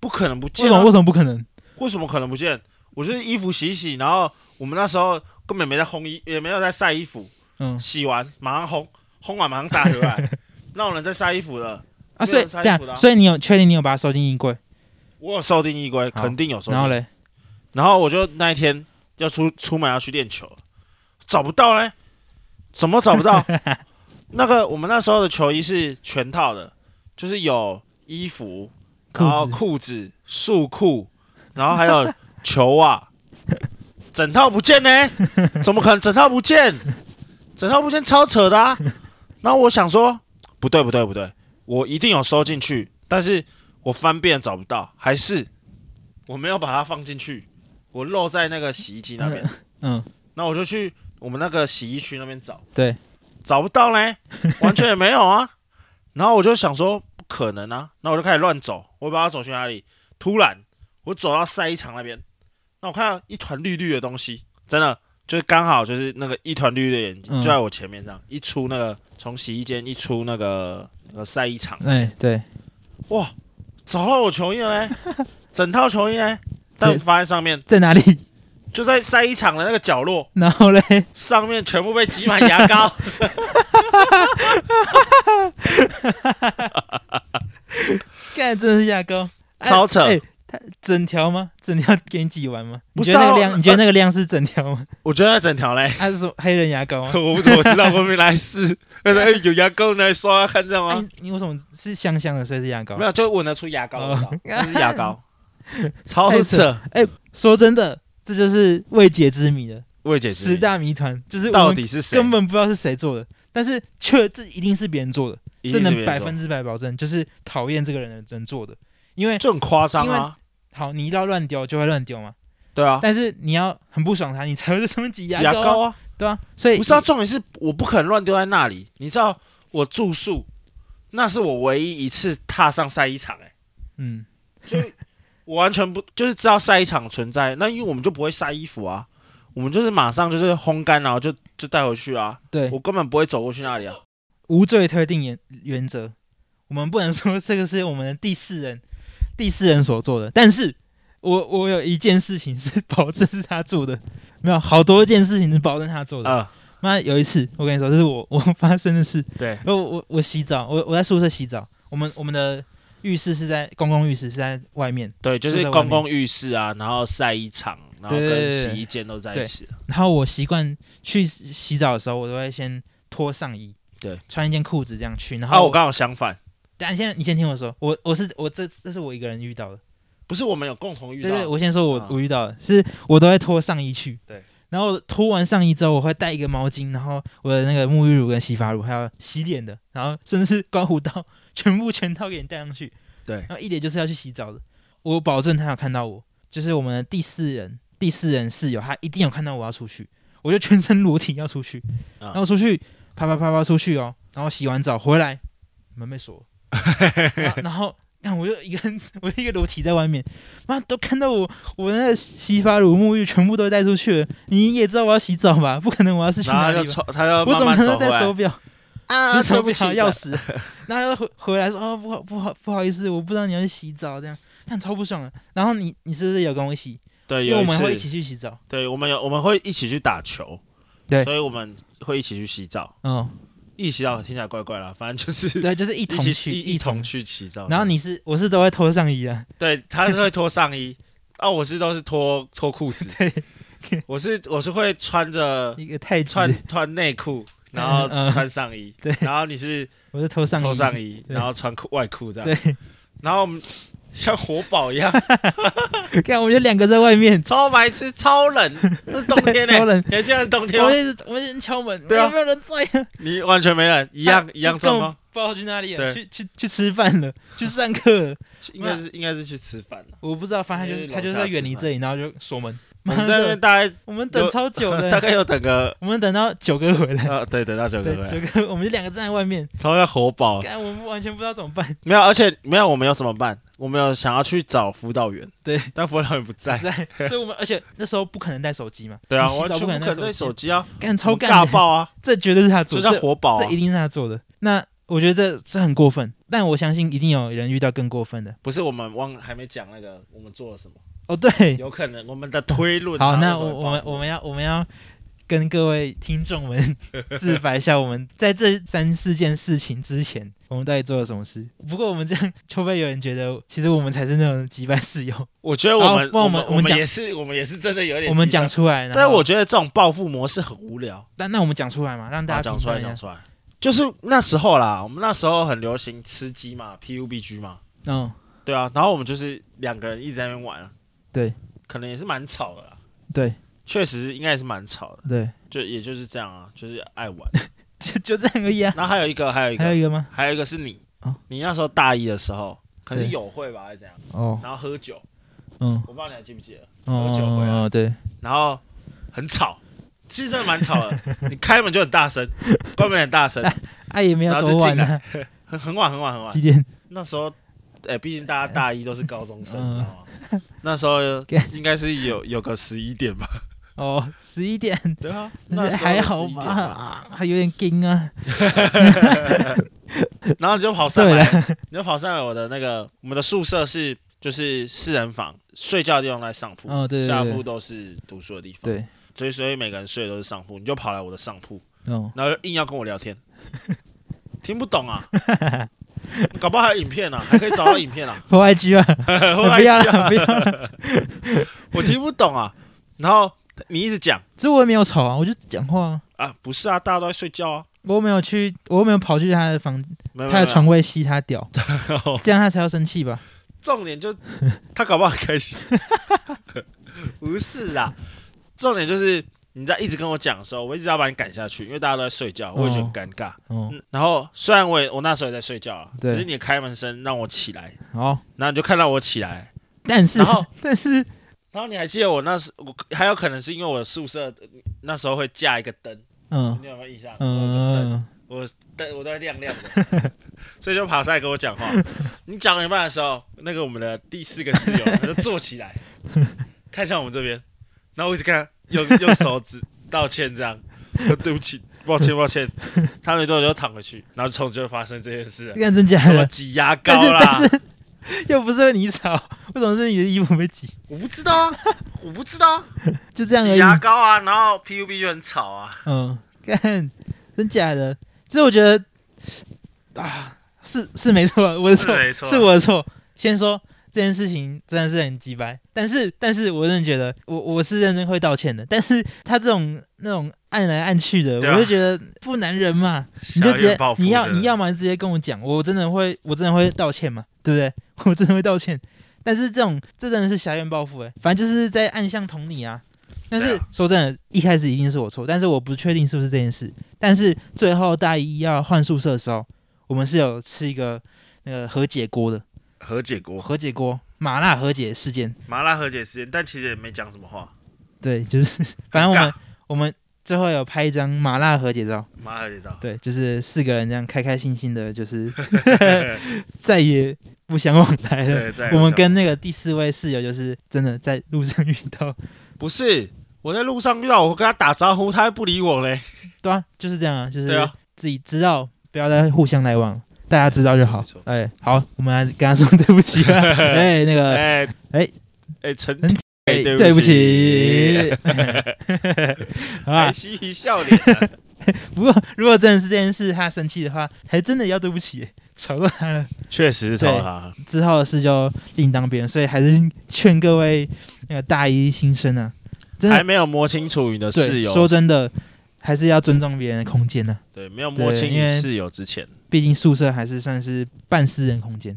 [SPEAKER 2] 不可能不
[SPEAKER 1] 为
[SPEAKER 2] 见、
[SPEAKER 1] 什
[SPEAKER 2] 啊
[SPEAKER 1] 么为，什么不可能？
[SPEAKER 2] 为什么可能不见？我就是衣服洗一洗，然后我们那时候根本没在烘衣，也没有在晒衣服，
[SPEAKER 1] 嗯
[SPEAKER 2] 洗完马上烘，烘完马上打回 来，那有人在晒衣服了。
[SPEAKER 1] 啊，所以
[SPEAKER 2] 没有人塞
[SPEAKER 1] 对
[SPEAKER 2] 衣服的
[SPEAKER 1] 啊，
[SPEAKER 2] 啊
[SPEAKER 1] 所以你有确定你有把它收进衣柜，
[SPEAKER 2] 我有收定衣柜，
[SPEAKER 1] 好
[SPEAKER 2] 肯定有收定。
[SPEAKER 1] 然后嘞，
[SPEAKER 2] 然后我就那一天要出出门要去练球，找不到嘞，怎么找不到？那个我们那时候的球衣是全套的，就是有衣服，然后裤
[SPEAKER 1] 裤子
[SPEAKER 2] 子、束裤，然后还 有球袜，整套不见呢？怎么可能整套不见？整套不见超扯的啊！然后我想说，不对不对不对，我一定有收进去，但是我翻遍找不到，还是我没有把它放进去，我漏在那个洗衣机那边。
[SPEAKER 1] 嗯，
[SPEAKER 2] 那我就去我们那个洗衣区那边找，
[SPEAKER 1] 对，
[SPEAKER 2] 找不到 嘞，完全也没有啊。然后我就想说不可能啊，那我就开始乱走，我不知道走去哪里。突然我走到晒衣场那边，那我看到一团绿绿的东西，真的就是刚好就是那个一团绿绿的眼睛、
[SPEAKER 1] 嗯
[SPEAKER 2] 就在我前面这样，一出那个从洗衣间一出那个那个晒衣场，
[SPEAKER 1] 哎对，
[SPEAKER 2] 哇，找到我球衣了 嘞，整套球衣嘞，但发在上面
[SPEAKER 1] 在哪里？
[SPEAKER 2] 就在晒衣场的那个角落。
[SPEAKER 1] 然后嘞，
[SPEAKER 2] 上面全部被挤满牙膏。
[SPEAKER 1] 干真的是牙膏，哎
[SPEAKER 2] 超扯
[SPEAKER 1] 哎它整条吗？整条给你挤完吗？
[SPEAKER 2] 不
[SPEAKER 1] 你
[SPEAKER 2] 是
[SPEAKER 1] 觉
[SPEAKER 2] 啊
[SPEAKER 1] 得那个量？
[SPEAKER 2] 我
[SPEAKER 1] 你觉得那个量是整条吗？
[SPEAKER 2] 我觉得那整条嘞，
[SPEAKER 1] 它是什么黑人牙膏吗？
[SPEAKER 2] 我不怎么知道外面来 是，但是哎有牙膏拿来刷看这样
[SPEAKER 1] 啊
[SPEAKER 2] 吗？
[SPEAKER 1] 你你为什么是香香的，所以是牙膏
[SPEAKER 2] 哎没？有，就闻得出牙膏的味道
[SPEAKER 1] 哦，
[SPEAKER 2] 那是牙膏，超
[SPEAKER 1] 太扯
[SPEAKER 2] 扯，
[SPEAKER 1] 说真的，这就是未解之谜了，
[SPEAKER 2] 未解之
[SPEAKER 1] 十
[SPEAKER 2] 谜，
[SPEAKER 1] 大谜团，就是我
[SPEAKER 2] 到
[SPEAKER 1] 们
[SPEAKER 2] 底是谁？
[SPEAKER 1] 根本不知道是谁做的，但是确这一定是别人做的，
[SPEAKER 2] 一
[SPEAKER 1] 这
[SPEAKER 2] 定是别人
[SPEAKER 1] 能百
[SPEAKER 2] 做
[SPEAKER 1] 分之百保证，就是讨厌这个人的人做的。因为
[SPEAKER 2] 就很夸张啊，
[SPEAKER 1] 好，你一到乱丢就会乱丢嘛，
[SPEAKER 2] 对啊，
[SPEAKER 1] 但是你要很不爽他，你才会在上面挤
[SPEAKER 2] 挤牙
[SPEAKER 1] 膏啊，
[SPEAKER 2] 膏啊，
[SPEAKER 1] 对啊，所以
[SPEAKER 2] 不是啊，重点是我不可能乱丢在那里，你知道我住宿，那是我唯一一次踏上晒衣场，哎。
[SPEAKER 1] 嗯，
[SPEAKER 2] 我完全不就是知道晒衣场存在，那因为我们就不会晒衣服啊，我们就是马上就是烘干，然后就就带回去啊，
[SPEAKER 1] 对，
[SPEAKER 2] 我根本不会走过去那里啊。
[SPEAKER 1] 无罪推定原原则，我们不能说这个是我们的第四人第四人所做的，但是我我有一件事情是 保证是他做的，没有好多件事情是保证他做的。
[SPEAKER 2] 啊、
[SPEAKER 1] 那、有一次，我跟你说，这是我我发生的事，
[SPEAKER 2] 对，
[SPEAKER 1] 我我我洗澡，我我在宿舍洗澡，我们我们的浴室是在公共浴室是在外面，
[SPEAKER 2] 对，就是公共浴室啊，然后晒衣场，然后
[SPEAKER 1] 对
[SPEAKER 2] 跟
[SPEAKER 1] 对对
[SPEAKER 2] 洗衣间都在一起。啊
[SPEAKER 1] 然后我习惯去洗洗澡的时候，我都会先脱上衣，
[SPEAKER 2] 对，
[SPEAKER 1] 穿一件裤子这样去，然
[SPEAKER 2] 啊，
[SPEAKER 1] 后
[SPEAKER 2] 我刚好相反，
[SPEAKER 1] 等下，现在你先听我说，我我是我这这是我一个人遇到的。
[SPEAKER 2] 不是我们有共同遇
[SPEAKER 1] 对对，
[SPEAKER 2] 到，
[SPEAKER 1] 我先说我、
[SPEAKER 2] 啊
[SPEAKER 1] 我遇到的是，我都会脱上衣去。
[SPEAKER 2] 对，
[SPEAKER 1] 然后脱完上衣之后，我会带一个毛巾，然后我的那个沐浴乳跟洗发乳，还有洗脸的，然后甚至是刮胡刀，全部全套给你带上去。
[SPEAKER 2] 对
[SPEAKER 1] 然后一点就是要去洗澡的，我保证他有看到我，就是我们的第四人第四人室友，他一定有看到我要出去，我就全身裸体要出去，
[SPEAKER 2] 啊
[SPEAKER 1] 然后出去啪啪啪啪出去哦，然后洗完澡回来，门 被锁了。然后然后那我就一个人， 我就一个裸体在外面，妈都看到我，我那个洗发乳、沐浴全部都带出去了。你也知道我要洗澡吧？不可能我要是去
[SPEAKER 2] 然后
[SPEAKER 1] 哪
[SPEAKER 2] 他
[SPEAKER 1] 里
[SPEAKER 2] 就
[SPEAKER 1] 吧？
[SPEAKER 2] 抽，他要
[SPEAKER 1] 我
[SPEAKER 2] 慢
[SPEAKER 1] 怎么
[SPEAKER 2] 慢
[SPEAKER 1] 可
[SPEAKER 2] 走
[SPEAKER 1] 能
[SPEAKER 2] 回
[SPEAKER 1] 带手
[SPEAKER 2] 来
[SPEAKER 1] 表？
[SPEAKER 2] 啊
[SPEAKER 1] 你手
[SPEAKER 2] 对不
[SPEAKER 1] 表
[SPEAKER 2] 起，
[SPEAKER 1] 钥匙，然后他回回来说哦，不好不好不好意思，我不知道你要去洗澡，这样看超不爽的。然后你你是不是有跟我一起？
[SPEAKER 2] 对，
[SPEAKER 1] 因
[SPEAKER 2] 有
[SPEAKER 1] 为我
[SPEAKER 2] 一
[SPEAKER 1] 们会一
[SPEAKER 2] 次，
[SPEAKER 1] 起去洗澡。
[SPEAKER 2] 对我们有我们会一起去打球，
[SPEAKER 1] 对
[SPEAKER 2] 所以我们会一起去洗澡，
[SPEAKER 1] 嗯，
[SPEAKER 2] 一起洗澡听起来怪怪啦，反正就是
[SPEAKER 1] 对，就是一
[SPEAKER 2] 一
[SPEAKER 1] 同
[SPEAKER 2] 起
[SPEAKER 1] 去
[SPEAKER 2] 一一同
[SPEAKER 1] 同。
[SPEAKER 2] 去洗澡，
[SPEAKER 1] 然后你是我是都会脱上衣啊，
[SPEAKER 2] 对，他是会脱上衣，啊，我是都是脱脱裤 子，我是我是会穿着
[SPEAKER 1] 一个太子，
[SPEAKER 2] 穿穿内 裤，然后
[SPEAKER 1] 嗯嗯
[SPEAKER 2] 穿上衣，
[SPEAKER 1] 对
[SPEAKER 2] 然后你是
[SPEAKER 1] 我是脱上衣，
[SPEAKER 2] 脱上衣，
[SPEAKER 1] 对
[SPEAKER 2] 然后穿裤外裤这样，
[SPEAKER 1] 对，
[SPEAKER 2] 然后我们像活宝一样，
[SPEAKER 1] 看我们就两个在外面，
[SPEAKER 2] 超白痴，超冷， 这是冬天
[SPEAKER 1] 对超
[SPEAKER 2] 呢、
[SPEAKER 1] 冷
[SPEAKER 2] 你还这样冬天
[SPEAKER 1] 我
[SPEAKER 2] 吗
[SPEAKER 1] 们？一直我们一直敲门，
[SPEAKER 2] 啊对啊
[SPEAKER 1] 有没有人在啊？
[SPEAKER 2] 你完全没冷，一样一样状况，
[SPEAKER 1] 不知道去哪里了，
[SPEAKER 2] 对啊
[SPEAKER 1] 去去去吃饭了， 去上课了，
[SPEAKER 2] 应该是应该是去吃饭了。
[SPEAKER 1] 我不知道，反正他就是
[SPEAKER 2] 因为楼
[SPEAKER 1] 他
[SPEAKER 2] 下
[SPEAKER 1] 就是在远离这里，然后就锁门。
[SPEAKER 2] 我
[SPEAKER 1] 妈
[SPEAKER 2] 们在那
[SPEAKER 1] 的
[SPEAKER 2] 边，大概
[SPEAKER 1] 我们等超久
[SPEAKER 2] 大
[SPEAKER 1] 的，
[SPEAKER 2] 概有等个
[SPEAKER 1] 我们等到九哥回来，
[SPEAKER 2] 呃，对，等哦到九个
[SPEAKER 1] 对，
[SPEAKER 2] 月，
[SPEAKER 1] 九哥，我们就两个站在外面，
[SPEAKER 2] 超像活宝，
[SPEAKER 1] 干，我们完全不知道怎么办，
[SPEAKER 2] 没有，而且没有，我们有怎么办？我们有想要去找辅导员，
[SPEAKER 1] 对，
[SPEAKER 2] 但辅导员不在，
[SPEAKER 1] 在，所以我们而且那时候不可能带手机嘛，
[SPEAKER 2] 对啊，
[SPEAKER 1] 你洗
[SPEAKER 2] 完
[SPEAKER 1] 澡
[SPEAKER 2] 全
[SPEAKER 1] 可
[SPEAKER 2] 不可能带
[SPEAKER 1] 带
[SPEAKER 2] 手
[SPEAKER 1] 手机，
[SPEAKER 2] 机啊，
[SPEAKER 1] 干
[SPEAKER 2] 我
[SPEAKER 1] 超
[SPEAKER 2] 们
[SPEAKER 1] 干
[SPEAKER 2] 尬
[SPEAKER 1] 的，
[SPEAKER 2] 爆 啊，
[SPEAKER 1] 这绝对是他做
[SPEAKER 2] 就
[SPEAKER 1] 的，
[SPEAKER 2] 像活宝
[SPEAKER 1] 这
[SPEAKER 2] 啊
[SPEAKER 1] 一，定是他做的。那我觉得这这很过分，但我相信一定有人遇到更过分的。
[SPEAKER 2] 不是我们忘还没讲那个我们做了什么，
[SPEAKER 1] 哦，对，
[SPEAKER 2] 有可能我们的推论啊。
[SPEAKER 1] 好，那
[SPEAKER 2] 为什么会
[SPEAKER 1] 我我们
[SPEAKER 2] 爆
[SPEAKER 1] 我们要我们要跟各位听众们自白一下，我们在这三四件事情之前，我们到底做了什么事？不过我们这样，会不会有人觉得，其实我们才是那种击败室友？
[SPEAKER 2] 我觉得我
[SPEAKER 1] 好
[SPEAKER 2] 们
[SPEAKER 1] 不
[SPEAKER 2] 我
[SPEAKER 1] 然我们
[SPEAKER 2] 们
[SPEAKER 1] 我们讲
[SPEAKER 2] 也是我们也是真的有点，
[SPEAKER 1] 我们讲，出来，然后
[SPEAKER 2] 但我觉得这种报复模式很无聊，
[SPEAKER 1] 但那我们讲出来嘛，让大
[SPEAKER 2] 好
[SPEAKER 1] 家
[SPEAKER 2] 哦讲
[SPEAKER 1] 评
[SPEAKER 2] 出来
[SPEAKER 1] 判一
[SPEAKER 2] 讲
[SPEAKER 1] 下。
[SPEAKER 2] 出来，就是那时候啦，我们那时候很流行吃鸡嘛，PUBG 嘛，
[SPEAKER 1] 嗯，
[SPEAKER 2] 对啊，然后我们就是两个人一直在那边玩啊，
[SPEAKER 1] 对，
[SPEAKER 2] 可能也是蛮吵的啦，
[SPEAKER 1] 对
[SPEAKER 2] 确实应该也是蛮吵的，
[SPEAKER 1] 对，
[SPEAKER 2] 就也就是这样啊，就是爱玩。
[SPEAKER 1] 就就这样而已啊。
[SPEAKER 2] 然后还有一个，还有一
[SPEAKER 1] 还有
[SPEAKER 2] 个，
[SPEAKER 1] 一个吗？
[SPEAKER 2] 还有一个是你
[SPEAKER 1] 哦，
[SPEAKER 2] 你那时候大一的时候，可能是
[SPEAKER 1] 对
[SPEAKER 2] 友会吧，还是怎样？
[SPEAKER 1] 哦，
[SPEAKER 2] 然后喝酒，
[SPEAKER 1] 嗯，
[SPEAKER 2] 我不知道你还记不记得，
[SPEAKER 1] 哦
[SPEAKER 2] 喝酒回来
[SPEAKER 1] 哦，对，
[SPEAKER 2] 然后很吵。其实真的蛮吵的， 你开门就很大声，关门也很大 声，
[SPEAKER 1] 啊也没有
[SPEAKER 2] 然后
[SPEAKER 1] 多
[SPEAKER 2] 就进
[SPEAKER 1] 晚啊，
[SPEAKER 2] 很很晚很晚很晚
[SPEAKER 1] 几。点？
[SPEAKER 2] 那时候，哎、毕竟大家大一都是高中生，
[SPEAKER 1] 嗯
[SPEAKER 2] 你知道吗？那时 候应该是有有个十一点吧。
[SPEAKER 1] 哦，十一点，
[SPEAKER 2] 对啊， 那
[SPEAKER 1] 那
[SPEAKER 2] 时
[SPEAKER 1] 是
[SPEAKER 2] 候
[SPEAKER 1] 还好
[SPEAKER 2] 11
[SPEAKER 1] 吧？
[SPEAKER 2] 点
[SPEAKER 1] 啊还有点惊啊。
[SPEAKER 2] 然后你就跑上
[SPEAKER 1] 啊
[SPEAKER 2] 来，你就跑上来我的那个我们的宿舍是就是四人房，睡觉的地方在上铺，
[SPEAKER 1] 哦对对对
[SPEAKER 2] 下铺都是读书的地方，
[SPEAKER 1] 对，
[SPEAKER 2] 所以所以每个人睡的都是上铺，你就跑来我的上铺，
[SPEAKER 1] 哦，
[SPEAKER 2] 然后就硬要跟我聊天， 听不懂啊，搞不好还有影片呢、啊，还可以找到影片 啊，
[SPEAKER 1] 破 IG 啊。
[SPEAKER 2] 后
[SPEAKER 1] 不
[SPEAKER 2] 来
[SPEAKER 1] 要了，不要了。
[SPEAKER 2] 我听不懂啊，然后你一直讲
[SPEAKER 1] 这我也没有吵啊，我就讲话啊，
[SPEAKER 2] 啊，不是啊，大家都在睡觉啊，
[SPEAKER 1] 我又没有去，我又没有跑去他的房，
[SPEAKER 2] 没有
[SPEAKER 1] 他的床，位吸他 屌，
[SPEAKER 2] 没有没有
[SPEAKER 1] 这样他才要生气吧？
[SPEAKER 2] 重点就他搞不好很开心， 不是啦，重点就是你在一直跟我讲的时候，我一直要把你赶下去，因为大家都在睡觉，我也觉得很尴尬。
[SPEAKER 1] 哦，
[SPEAKER 2] 嗯然后虽然我也我那时候也在睡觉啊，
[SPEAKER 1] 对
[SPEAKER 2] 只是你的开门声让我起来，
[SPEAKER 1] 好，
[SPEAKER 2] 然后你就看到我起来，
[SPEAKER 1] 但是
[SPEAKER 2] 然后
[SPEAKER 1] 但是
[SPEAKER 2] 然后你还记得我那时我还有可能是因为我的宿舍呃那时候会架一个灯，
[SPEAKER 1] 嗯
[SPEAKER 2] 你有没有印象？嗯，
[SPEAKER 1] 嗯
[SPEAKER 2] 灯我都会亮亮的。 所以就爬上来跟我讲话。你讲到一半的时候，那个我们的第四个室友他就坐起 来，看向我们这边，然后我一直看他，用 用手指道歉，这样，说对不起，抱歉，抱 歉。他没多久就躺回去，然后从此就发生这件事了
[SPEAKER 1] 你，看真假
[SPEAKER 2] 什么
[SPEAKER 1] 的，
[SPEAKER 2] 挤牙膏
[SPEAKER 1] 但是
[SPEAKER 2] 啦，
[SPEAKER 1] 但是 又不是你吵，为什么是你的衣服被挤？
[SPEAKER 2] 我不知道啊，我不知 道啊，
[SPEAKER 1] 就这样而
[SPEAKER 2] 挤牙
[SPEAKER 1] 已。
[SPEAKER 2] 膏啊，然后 PUB 就很吵啊，
[SPEAKER 1] 嗯， 看真假的，这我觉得啊，是是没错，我的错
[SPEAKER 2] 是没，错
[SPEAKER 1] 是我的错。先说这件事情真的是很鸡掰。但是，但是我真的觉得我我是认真会道歉的。但是他这种那种按来按去的，
[SPEAKER 3] 对啊
[SPEAKER 1] 我就觉得不男人嘛，你就
[SPEAKER 3] 小
[SPEAKER 1] 直接
[SPEAKER 3] 怨报复
[SPEAKER 1] 你要
[SPEAKER 3] 真的
[SPEAKER 1] 你要么直接跟我讲，我真的会我真的会道歉嘛，对不 对？我真的会道歉。但是这种这真的是狭怨报复哎、反正就是在暗巷捅你啊。但是、
[SPEAKER 3] 对啊
[SPEAKER 1] 说真的，一开始一定是我错，但是我不确定是不是这件事。但是最后大一要换宿舍的时候，我们是有吃一个那个和解锅的
[SPEAKER 2] 和解锅，
[SPEAKER 1] 和解锅麻辣和解事件。
[SPEAKER 2] 麻辣和解时间，但其实也没讲什么话。
[SPEAKER 1] 对，就是反正我
[SPEAKER 2] 很
[SPEAKER 1] 们
[SPEAKER 2] 尬
[SPEAKER 1] 我们最后有拍一张麻辣和解照，
[SPEAKER 2] 麻辣和解照，
[SPEAKER 1] 对，就是四个人这样开开心心的，就是 再也不相往来了。
[SPEAKER 2] 对，在
[SPEAKER 1] 我们跟那个第四位室友就是真的在路上遇到，
[SPEAKER 2] 不是我在路上遇到，我跟他打招呼，他还不理我嘞。
[SPEAKER 1] 对啊，就是这样啊，就是
[SPEAKER 2] 对啊，
[SPEAKER 1] 自己知道，不要再互相来往，大家知道就好
[SPEAKER 2] 没错。
[SPEAKER 1] 哎，好，我们来跟他说 对不起吧。哎，那个，
[SPEAKER 2] 哎
[SPEAKER 1] 哎
[SPEAKER 2] 哎，陈
[SPEAKER 1] 陈哎，
[SPEAKER 2] 哎
[SPEAKER 1] 对
[SPEAKER 2] 对
[SPEAKER 1] 不
[SPEAKER 2] 不
[SPEAKER 1] 起啊
[SPEAKER 2] 起，
[SPEAKER 1] 好
[SPEAKER 2] 还
[SPEAKER 1] 吧。
[SPEAKER 2] 嬉皮哎笑 脸，
[SPEAKER 1] 不过，如果真的是这件事，他生气的话，还真的要对不起，吵到他了。
[SPEAKER 2] 确实是啊
[SPEAKER 1] 对
[SPEAKER 2] 超他。
[SPEAKER 1] 之后的事就另当别论，所以还是劝各位那个大一新生啊，真
[SPEAKER 2] 还
[SPEAKER 1] 的
[SPEAKER 2] 没有摸清楚你的室
[SPEAKER 1] 对，
[SPEAKER 2] 友，
[SPEAKER 1] 说真的，还是要尊重别人的空间呢、
[SPEAKER 2] 对，没有摸
[SPEAKER 1] 对
[SPEAKER 2] 清
[SPEAKER 1] 因
[SPEAKER 2] 你
[SPEAKER 1] 为
[SPEAKER 2] 室友之前，
[SPEAKER 1] 毕竟宿舍还是算是半私人空间，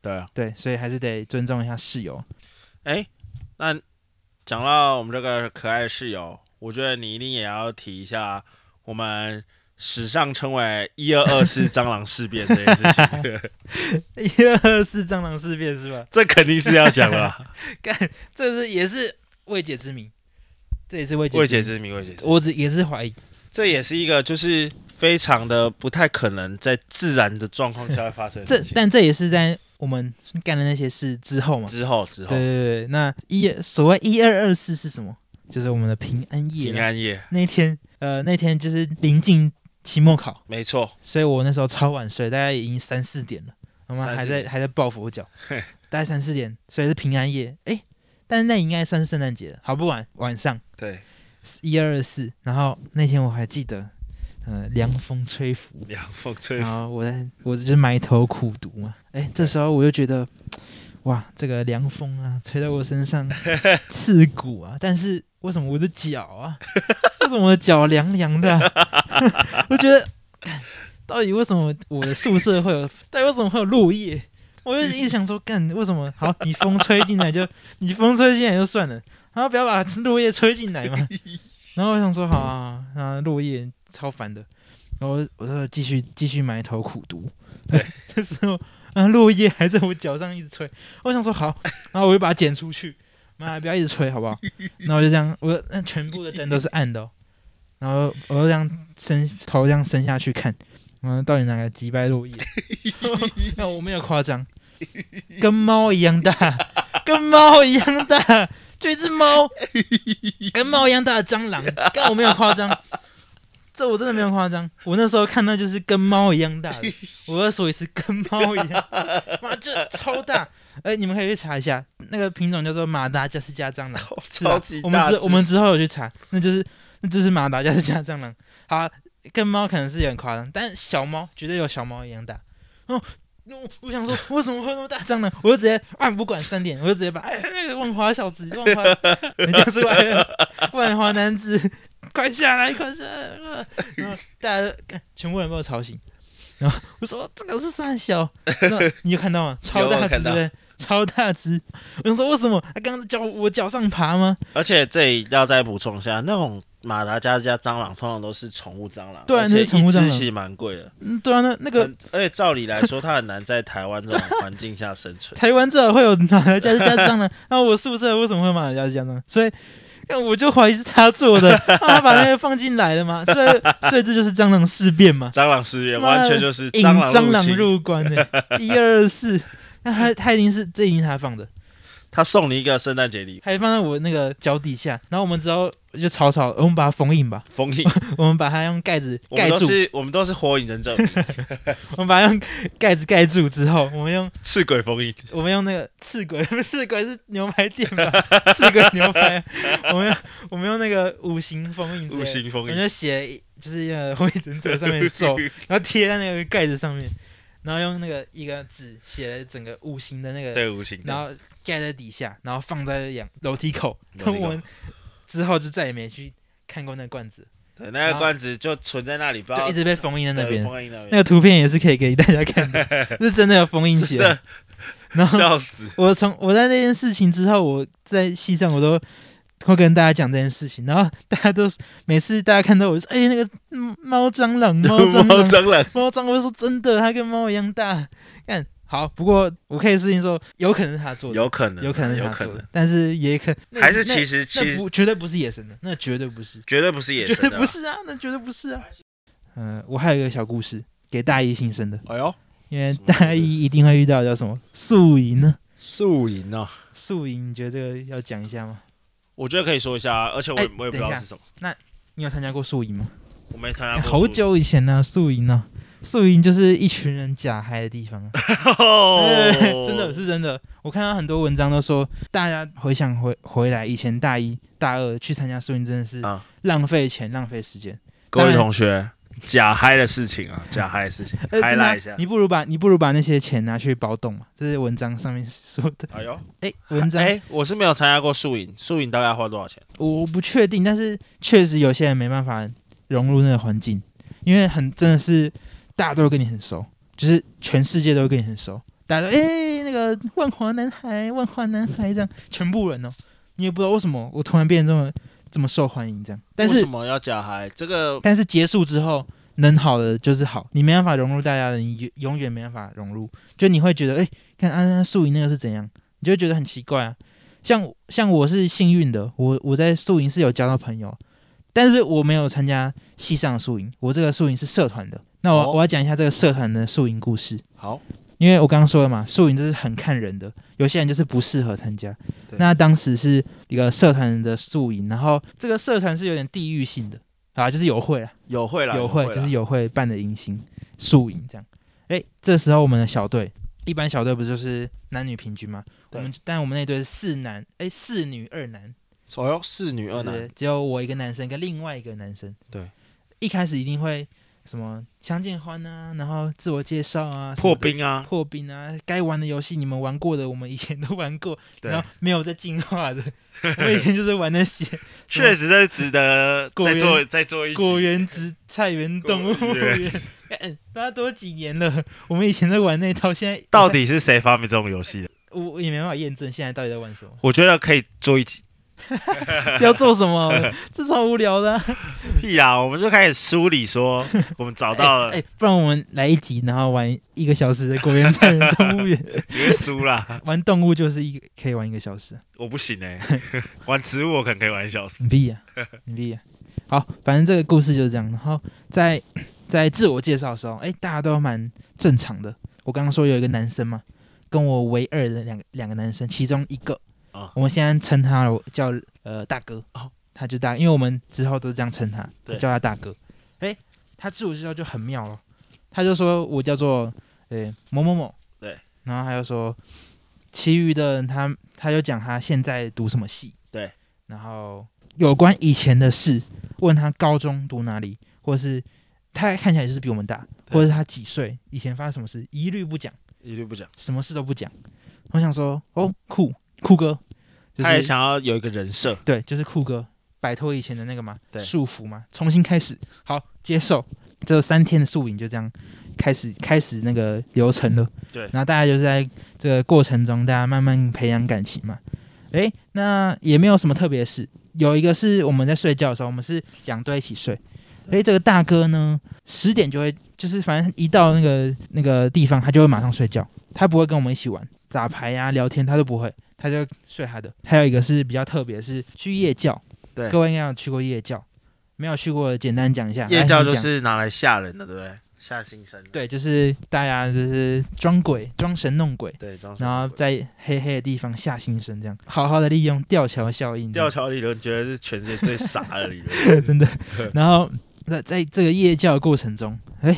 [SPEAKER 2] 对啊。
[SPEAKER 1] 对，所以还是得尊重一下室友。
[SPEAKER 2] 哎，那讲到我们这个可爱的室友，我觉得你一定也要提一下我们史上称为“一二二四蟑螂事变”这件事 情，
[SPEAKER 1] 一二四蟑螂事变是吧？
[SPEAKER 2] 这肯定是要讲的啦。
[SPEAKER 1] 这是也是未解之谜，这也是未解
[SPEAKER 2] 未
[SPEAKER 1] 未
[SPEAKER 2] 解之谜，未解之谜，
[SPEAKER 1] 我只也是怀疑。
[SPEAKER 2] 这也是一个就是非常的不太可能在自然的状况下会发生的
[SPEAKER 1] 这
[SPEAKER 2] 事情。
[SPEAKER 1] 但这也是在我们干的那些事之后嘛。
[SPEAKER 2] 之后之
[SPEAKER 1] 对
[SPEAKER 2] 后，
[SPEAKER 1] 对对，那一所谓一二二四是什么？就是我们的平安夜啊
[SPEAKER 2] 平
[SPEAKER 1] 啦。
[SPEAKER 2] 安夜，
[SPEAKER 1] 那一天，呃，那天就是临近期末考，
[SPEAKER 2] 没错，
[SPEAKER 1] 所以我那时候超晚睡，大概已经三四点了，我们
[SPEAKER 2] 三四
[SPEAKER 1] 还在
[SPEAKER 2] 点
[SPEAKER 1] 还在抱佛脚，大概三四点，所以是平安夜。哎，但是那应该算是圣诞节了，好不晚晚上。
[SPEAKER 2] 对，
[SPEAKER 1] 一二四，然后那天我还记得，呃，凉风吹拂，
[SPEAKER 2] 凉风吹
[SPEAKER 1] 然
[SPEAKER 2] 拂，
[SPEAKER 1] 后我在我就是埋头苦读嘛，哎，这时候我就觉得，哇，这个凉风啊，吹到我身上刺骨啊，但是为什么我的脚啊，为什么我的脚凉凉的啊、 我觉得，干到底为什么我的宿舍会有，到底为什么会有落叶？我就一直想说，干为什么？好，你风吹进来就，你风吹进来就算了，然后不要把落叶吹进来嘛。然后我想说，好啊，好啊那落叶超烦的。然后我就继续继续埋头苦读。
[SPEAKER 2] 对，
[SPEAKER 1] 这时候啊，落叶还在我脚上一直吹，我想说好，然后我就把它捡出去，妈不要一直吹好不好？然后我就这样，我那全部的灯都是暗的、哦，然后我就这样伸头这样伸下去看，嗯，到底哪个击败落叶？ 那我没有夸张，跟猫一样大，跟猫一样大，就一只猫，跟猫一样大的蟑螂，但我没有夸张。这我真的没有夸张，我那时候看到就是跟猫一样大的，我要说一次跟猫一样，妈这超大！哎、你们可以去查一下，那个品种叫做马达加斯加蟑螂，是吧
[SPEAKER 2] 超级
[SPEAKER 1] 我们
[SPEAKER 2] 大只
[SPEAKER 1] 之我们之后有去查，那就是那就是马达加斯加蟑螂。好啊、跟猫可能是有点夸张，但小猫绝对有小猫一样大。哦，我我想说，为什么会有那么大蟑螂？我就直接按不管三点，我就直接把哎那个万花小子，万花，人家出来了，万花男子，快下来，快下来！呃然后大家干全部人被我吵醒，然后我说这个是三小，然后你有看到吗？超
[SPEAKER 2] 有啊
[SPEAKER 1] 大
[SPEAKER 2] 我
[SPEAKER 1] 只
[SPEAKER 2] 看到
[SPEAKER 1] 对，超大只。我想说为什么？他刚刚脚我脚上爬吗？
[SPEAKER 2] 而且这里要再补充一下，那种马达加斯加蟑螂通常都是宠物蟑螂，
[SPEAKER 1] 对啊
[SPEAKER 2] 而且
[SPEAKER 1] 那是宠物
[SPEAKER 2] 一只
[SPEAKER 1] 蟑螂
[SPEAKER 2] 其实蛮贵的。
[SPEAKER 1] 嗯，对啊，那那个
[SPEAKER 2] 很而且照理来说，它很难在台湾这种环境下生 存。
[SPEAKER 1] 台湾至少会有马 来加斯加蟑螂，然后我宿舍为什么会有马来加斯加蟑螂？所以，那我就怀疑是他 做的，啊他把那个放进来的嘛，所以所以这就是蟑螂事变嘛，
[SPEAKER 2] 蟑螂事业
[SPEAKER 1] 妈的
[SPEAKER 2] 完全就是
[SPEAKER 1] 引
[SPEAKER 2] 蟑
[SPEAKER 1] 嗯蟑
[SPEAKER 2] 入
[SPEAKER 1] 螂
[SPEAKER 2] 侵。
[SPEAKER 1] 入关的、一 二四，那他他一定是这一定是他放的，
[SPEAKER 2] 他送你一个圣诞节礼物，
[SPEAKER 1] 还放在我那个脚底下，然后我们之后就草草，我们把它封印吧，
[SPEAKER 2] 封印。
[SPEAKER 1] 我们把它用盖子
[SPEAKER 2] 我
[SPEAKER 1] 盖
[SPEAKER 2] 们都
[SPEAKER 1] 住，
[SPEAKER 2] 是我们都是火影忍者迷，
[SPEAKER 1] 我们把它用盖子盖住之后，我们用
[SPEAKER 2] 赤鬼封 印。
[SPEAKER 1] 我们用那个刺鬼， 刺鬼是牛排店吧？刺鬼牛排，我们用我们用那个五行封印之类的，
[SPEAKER 2] 五行封印
[SPEAKER 1] 我们就写就是那个火影忍者上面的咒，然后贴在那个盖子上面，然后用那个一个纸写了整个五行的那个，
[SPEAKER 2] 对，无形
[SPEAKER 1] 然
[SPEAKER 2] 的，
[SPEAKER 1] 后盖在底下，然后放在两楼梯口。
[SPEAKER 2] 楼梯
[SPEAKER 1] 然后
[SPEAKER 2] 口
[SPEAKER 1] 我们之后就再也没去看过那个罐子，
[SPEAKER 2] 对，那个罐子就存在那里，不知
[SPEAKER 1] 就
[SPEAKER 2] 道
[SPEAKER 1] 一直被封印在那
[SPEAKER 2] 对
[SPEAKER 1] 边。
[SPEAKER 2] 封印那
[SPEAKER 1] 那
[SPEAKER 2] 边，
[SPEAKER 1] 个图片也是可以给大家 看的，是真的有封印起来。然后
[SPEAKER 2] 笑死，
[SPEAKER 1] 我从我在那件事情之后，我在戏上我都会跟大家讲这件事情，然后大家都每次大家看到我就说：“哎、那个嗯猫蟑螂，猫
[SPEAKER 2] 猫
[SPEAKER 1] 蟑螂，
[SPEAKER 2] 蟑螂，
[SPEAKER 1] 猫蟑螂。”我就说：“真的，它跟猫一样大。”看好，不过我可以事情说，有可能是他做的，
[SPEAKER 2] 有可能，
[SPEAKER 1] 有可能是
[SPEAKER 2] 有
[SPEAKER 1] 他
[SPEAKER 2] 可
[SPEAKER 1] 做
[SPEAKER 2] 能
[SPEAKER 1] 的，，但是也可那
[SPEAKER 2] 还是
[SPEAKER 1] 那
[SPEAKER 2] 其实其
[SPEAKER 1] 那
[SPEAKER 2] 实
[SPEAKER 1] 不绝对不是野生的，那绝对不是，
[SPEAKER 2] 绝对不是野
[SPEAKER 1] 绝
[SPEAKER 2] 生
[SPEAKER 1] 对
[SPEAKER 2] 的，
[SPEAKER 1] 不，是啊，那绝对不是啊。嗯、我还有一个小故事给大一新生的，
[SPEAKER 2] 哎呦，
[SPEAKER 1] 因为
[SPEAKER 2] 什么故事
[SPEAKER 1] 大一一定会遇到叫什么宿营呢？
[SPEAKER 2] 宿营哦，
[SPEAKER 1] 宿营，你觉得这个要讲一下吗？
[SPEAKER 2] 我觉得可以说一下，啊而且我也
[SPEAKER 1] 哎
[SPEAKER 2] 我也不知
[SPEAKER 1] 等一
[SPEAKER 2] 道
[SPEAKER 1] 下
[SPEAKER 2] 是什么，
[SPEAKER 1] 你有参加过宿营吗？
[SPEAKER 2] 我没参
[SPEAKER 1] 哎
[SPEAKER 2] 加过，
[SPEAKER 1] 好，久以前呢、宿营呢、宿营就是一群人假嗨的地方啊，
[SPEAKER 2] 哦
[SPEAKER 1] 对 真的是真的。我看到很多文章都说，大家回想回回来以前大一、大二去参加宿营，真的是
[SPEAKER 2] 啊
[SPEAKER 1] 浪费钱、浪费时 间。
[SPEAKER 2] 各
[SPEAKER 1] 当
[SPEAKER 2] 位
[SPEAKER 1] 然
[SPEAKER 2] 同学，假嗨的事情啊，假嗨的事情，
[SPEAKER 1] 呃
[SPEAKER 2] 嗨
[SPEAKER 1] 真的啊
[SPEAKER 2] 啦一下。
[SPEAKER 1] 你不如把你不如把那些钱拿去包栋嘛，这是文章上面说的。
[SPEAKER 2] 哎呦，
[SPEAKER 1] 哎，文章、
[SPEAKER 2] 哎，我是没有参加过宿营，宿营大概花多少钱？
[SPEAKER 1] 我不确定，但是确实有些人没办法融入那个环境，因为很真的是大家都跟你很熟，就是全世界都跟你很熟，大家都哎、那个万华男孩，万华男孩这样，全部人哦，你也不知道为什么我突然变得这么这么受欢迎这样，但
[SPEAKER 2] 为
[SPEAKER 1] 是
[SPEAKER 2] 什么要假嗨？这个
[SPEAKER 1] 但是结束之后。能好的就是好，你没办法融入大家的，你永永远没办法融入。就你会觉得，哎、看安安素营那个是怎样，你就会觉得很奇怪啊。像像我是幸运的，我我在宿营是有交到朋友，但是我没有参加系上的宿营，我这个宿营是社团的。那我、
[SPEAKER 2] 哦
[SPEAKER 1] 我要讲一下这个社团的宿营故事，
[SPEAKER 2] 好，
[SPEAKER 1] 因为我刚刚说了嘛，宿营这是很看人的，有些人就是不适合参加。
[SPEAKER 2] 对
[SPEAKER 1] 那当时是一个社团的宿营，然后这个社团是有点地域性的啊，就是友会啊，
[SPEAKER 2] 有会啦，
[SPEAKER 1] 友
[SPEAKER 2] 会
[SPEAKER 1] 会
[SPEAKER 2] 啦
[SPEAKER 1] 就是友会办的迎新宿营这样。哎，这时候我们的小队，一般小队不就是男女平均吗？我
[SPEAKER 2] 对
[SPEAKER 1] 们但我们那队是四男，哎，四女二男，
[SPEAKER 2] 哦哟，四女二
[SPEAKER 1] 就是
[SPEAKER 2] 男，
[SPEAKER 1] 只有我一个男生跟另外一个男生。
[SPEAKER 2] 对，
[SPEAKER 1] 一开始一定会什么相见欢啊，然后自我介绍啊，
[SPEAKER 2] 破
[SPEAKER 1] 冰
[SPEAKER 2] 冰啊，
[SPEAKER 1] 破冰啊，该玩的游戏你们玩过的，我们以前都玩过，
[SPEAKER 2] 对
[SPEAKER 1] 然后，没有在进化的，我以前就是玩那些
[SPEAKER 2] 确实这是值得
[SPEAKER 1] 果
[SPEAKER 2] 再
[SPEAKER 1] 园
[SPEAKER 2] 做再做一集
[SPEAKER 1] 果园植、菜园动物
[SPEAKER 2] 果园
[SPEAKER 1] 园，哎大家都几年了，我们以前在玩那一套，现在
[SPEAKER 2] 到底是谁发明这种游戏的？
[SPEAKER 1] 我我也没办法验证现在到底在玩什么，
[SPEAKER 2] 我觉得可以做一集。
[SPEAKER 1] 要做 什么，这超无聊的啊、
[SPEAKER 2] 屁啊！我们就开始梳理 说，我们找到了
[SPEAKER 1] 哎、，哎不然我们来一集，然后玩一个小时的果园菜园动 物园，
[SPEAKER 2] 别输啦，
[SPEAKER 1] 玩动物就是一个可以玩一个小时，
[SPEAKER 2] 我不行哎， 玩植物我可能可以玩一小时。
[SPEAKER 1] 你屁呀、你屁呀、 好，反正这个故事就是这样。然后在在自我介绍的时候，哎，大家都蛮正常的。我刚刚说有一个男生嘛，跟我唯二的两个两个男生，其中一个，
[SPEAKER 2] 啊
[SPEAKER 1] 我们现在称他叫呃大哥，
[SPEAKER 2] 哦
[SPEAKER 1] 他就大，因为我们之后都这样称他，
[SPEAKER 2] 对
[SPEAKER 1] 就叫他大哥。哎，他自我介绍就很妙了，他就说我叫做呃某某某，
[SPEAKER 2] 对，
[SPEAKER 1] 然后他就说，其余的人他他就讲他现在读什么系，
[SPEAKER 2] 对，
[SPEAKER 1] 然后有关以前的事，问他高中读哪里，或是他看起来就是比我们大，
[SPEAKER 2] 对
[SPEAKER 1] 或者是他几岁，以前发生什么事，一律不讲，
[SPEAKER 2] 一律不讲，
[SPEAKER 1] 什么事都不讲。我想说，哦，酷酷哥，就
[SPEAKER 2] 他也
[SPEAKER 1] 是
[SPEAKER 2] 想要有一个人设，
[SPEAKER 1] 对，就是酷哥，摆脱以前的那个嘛
[SPEAKER 2] 对
[SPEAKER 1] 束缚嘛，重新开始，好接受。这三天的宿营就这样开始开始那个流程了。
[SPEAKER 2] 对
[SPEAKER 1] 然后大家就是在这个过程中，大家慢慢培养感情嘛。诶，那也没有什么特别的事。有一个是我们在睡觉的时候，我们是两队一起睡。诶，这个大哥呢，十点就会，就是反正一到那个那个地方，他就会马上睡觉，他不会跟我们一起玩打牌呀、聊天，他都不会，他就睡他的。还有一个是比较特别的是，去夜教。
[SPEAKER 2] 对
[SPEAKER 1] 各位应该有去过夜教，没有去过的简单讲一下。
[SPEAKER 2] 夜
[SPEAKER 1] 来
[SPEAKER 2] 教
[SPEAKER 1] 你
[SPEAKER 2] 就
[SPEAKER 1] 讲
[SPEAKER 2] 是拿来吓人的，对不对？吓新生的，
[SPEAKER 1] 对，就是大家就是装鬼、装神弄鬼，
[SPEAKER 2] 对，装神
[SPEAKER 1] 然后
[SPEAKER 2] 弄鬼
[SPEAKER 1] 在黑黑的地方下新生，这样好好的利用吊桥效应，
[SPEAKER 2] 吊桥理论觉得是全世界最傻的 理论。
[SPEAKER 1] 真的。然后在在这个夜教的过程中，哎，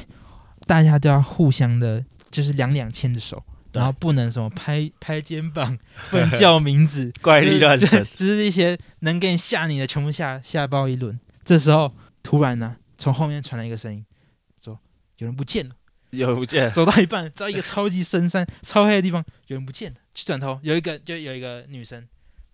[SPEAKER 1] 大家都要互相的，就是两两牵着手，
[SPEAKER 2] 对
[SPEAKER 1] 然后不能什么拍拍肩膀，不能叫名字，
[SPEAKER 2] 怪
[SPEAKER 1] 就是
[SPEAKER 2] 力乱神，
[SPEAKER 1] 就是一些能给你吓你的，全部吓吓 爆一轮。这时候突然呢、从后面传来一个声音，说有人不见了。
[SPEAKER 2] 有不见，
[SPEAKER 1] 走到一半，到一个超级深山、超黑的地方，有人不见了，去转头，有一个就有一个女生，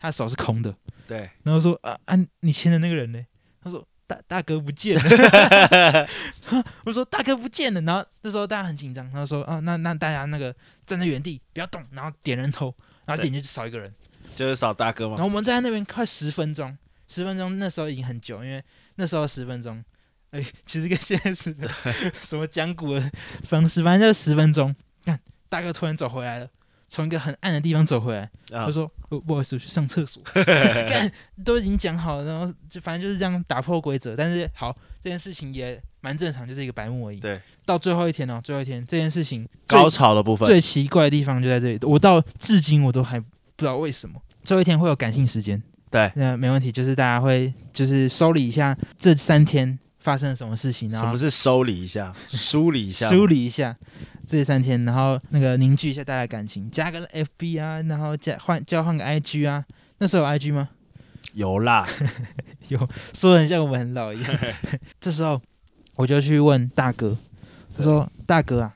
[SPEAKER 1] 她手是空的，
[SPEAKER 2] 对，
[SPEAKER 1] 然后说啊啊，你牵的那个人呢？她说大大哥不见了， 我说大哥不见了，然后那时候大家很紧张，然后说啊那那大家那个站在原地不要动，然后点人头，然后点就少一个人，
[SPEAKER 2] 就是扫大哥
[SPEAKER 1] 然
[SPEAKER 2] 嘛
[SPEAKER 1] 后。我们站在那边快十分钟，十分钟那时候已经很久，因为那时候十分钟。哎，其实跟现在是 什么讲古的方式，反正就是十分钟。看大哥突然走回来了，从一个很暗的地方走回来，
[SPEAKER 2] 啊
[SPEAKER 1] 他，说：“哦，不好意思，我去 上厕所。”干，都已经讲好了，然后就反正就是这样打破规则。但是好，这件事情也蛮正常，就是一个白目而已。
[SPEAKER 2] 对，
[SPEAKER 1] 到最后一天哦，最后一天这件事情最
[SPEAKER 2] 高潮的部分，
[SPEAKER 1] 最奇怪的地方就在这里，我到至今我都还不知道为什么。最后一天会有感性时间，
[SPEAKER 2] 对，
[SPEAKER 1] 那没问题，就是大家会就是梳理一下这三天发生了什么事情，然
[SPEAKER 2] 什
[SPEAKER 1] 后
[SPEAKER 2] 么是收理一下、梳理一下、
[SPEAKER 1] 梳理一下这三天，然后那个凝聚一下大家的感情，加个 FB 啊，然后加换交换个 IG 啊。那时候有 IG 吗？
[SPEAKER 2] 有啦，
[SPEAKER 1] 说的很像我们很老一 样。这时候我就去问大哥，他说：“大哥啊，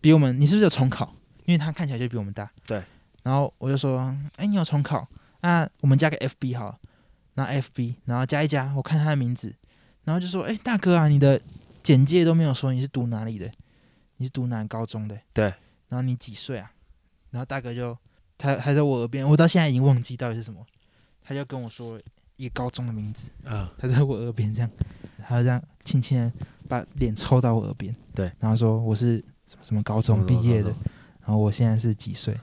[SPEAKER 1] 比我们你是不是有重考？因为他看起来就比我们大。”
[SPEAKER 2] 对。
[SPEAKER 1] 然后我就说：“哎、你有重考？那我们加个 FB 好了。”然后 FB，然后加一加，我看他的名字，然后就说：“哎、大哥啊，你的简介都没有说你是读哪里的，你是读哪个高中的？
[SPEAKER 2] 对。
[SPEAKER 1] 然后你几岁啊？”然后大哥就他还在我耳边，我到现在已经忘记到底是什么，他就跟我说一个高中的名字。
[SPEAKER 2] 嗯，
[SPEAKER 1] 他在我耳边这样，他就这样轻轻的把脸凑到我耳边，
[SPEAKER 2] 对，
[SPEAKER 1] 然后说我是什么什么高中毕业的，然后我现在是几岁，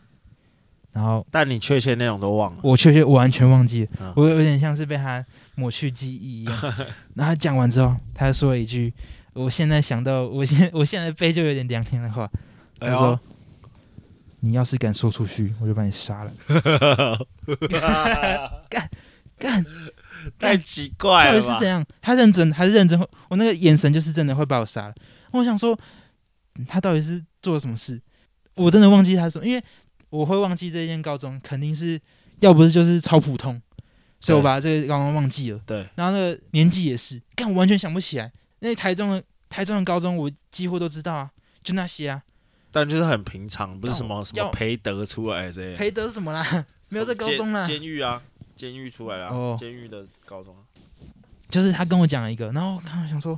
[SPEAKER 1] 然后
[SPEAKER 2] 但你确切内容都忘了。
[SPEAKER 1] 我确确我完全忘记了，
[SPEAKER 2] 嗯
[SPEAKER 1] 我有点像是被他抹去记忆 一样。然后他讲完之后，他说了一句，我现在想到我现在我现在背就有点凉凉的话，
[SPEAKER 2] 哎
[SPEAKER 1] 他说。
[SPEAKER 2] 呦，
[SPEAKER 1] 你要是敢说出去，我就把你杀了！干，
[SPEAKER 2] 太奇怪
[SPEAKER 1] 到底
[SPEAKER 2] 了
[SPEAKER 1] 是
[SPEAKER 2] 吧
[SPEAKER 1] 怎？样？他认真还是认真？我那个眼神就是真的会把我杀了。我想说，嗯他到底是做了什么事？我真的忘记他什么，因为我会忘记这间高中，肯定是要不是就是超普通，所以我把这个高中忘记了。
[SPEAKER 2] 对，
[SPEAKER 1] 然后那个年纪也是，但我完全想不起来。那台中的台中的高中，我几乎都知道啊，就那些啊，
[SPEAKER 2] 但就是很平常，不是什么什
[SPEAKER 1] 要
[SPEAKER 2] 么培德出来这些，
[SPEAKER 1] 培德什么啦， 没有在高中啦。
[SPEAKER 2] 监监狱啊，监狱出来了啊，
[SPEAKER 1] 哦
[SPEAKER 2] 监狱的高中啊。
[SPEAKER 1] 就是他跟我讲了一个，然后我刚刚想说，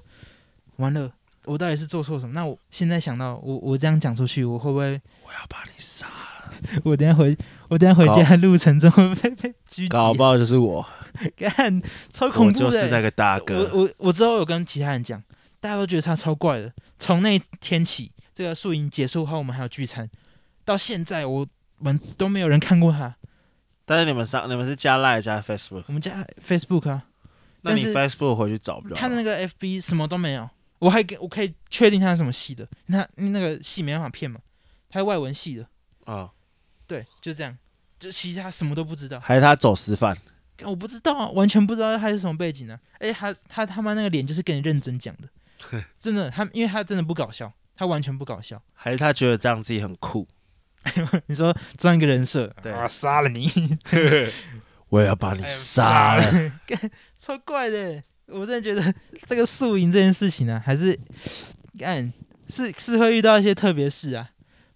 [SPEAKER 1] 完了，我到底是做错什么？那我现在想到我，我这样讲出去，我会不会？
[SPEAKER 2] 我要把你杀了，
[SPEAKER 1] 我等一下回，我等一下回家的路程中会被被狙击，啊
[SPEAKER 2] 搞不好就是我，
[SPEAKER 1] 干超恐
[SPEAKER 2] 我
[SPEAKER 1] 怖的、
[SPEAKER 2] 就
[SPEAKER 1] 欸
[SPEAKER 2] 是那个大
[SPEAKER 1] 我
[SPEAKER 2] 哥。
[SPEAKER 1] 我我之后有跟其他人讲，大家都觉得他超怪的。从那天起，这个宿营结束后，我们还有聚餐，到现在我们都没有人看过他。
[SPEAKER 2] 但是你们上你们是加赖加 Facebook，
[SPEAKER 1] 我们家 Facebook 啊，
[SPEAKER 2] 那你
[SPEAKER 1] 但是
[SPEAKER 2] Facebook 回去找不着。
[SPEAKER 1] 他的那个 FB 什么都没有，我还给我可以确定他是什么系的，那那个系没办法骗嘛，他是外文系的，
[SPEAKER 2] 啊，
[SPEAKER 1] 对，就这样，就其实他什么都不知道。
[SPEAKER 2] 还是他走私犯？
[SPEAKER 1] 干我不知道啊，完全不知道他是什么背景啊！哎，他他他妈那个脸就是跟你认真讲的， 真的，他因为他真的不搞笑，他完全不搞笑。
[SPEAKER 2] 还是他觉得这样自己很酷？
[SPEAKER 1] 你说装一个人设，
[SPEAKER 2] 对
[SPEAKER 1] 啊，杀了你，
[SPEAKER 2] 我也要把你
[SPEAKER 1] 哎
[SPEAKER 2] 杀了。
[SPEAKER 1] 了，干超怪的。我真的觉得 这个宿营这件事情呢、啊，还是干是是会遇到一些特别事啊。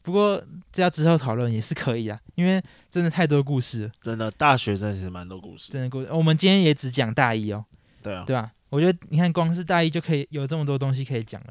[SPEAKER 1] 不过这要之后讨论也是可以啊，因为真的太多故事了，
[SPEAKER 2] 真的，大学真的是蛮多故事。
[SPEAKER 1] 真的故事。我们今天也只讲大一哦，
[SPEAKER 2] 对啊，
[SPEAKER 1] 对吧、我觉得你看，光是大一就可以有这么多东西可以讲了。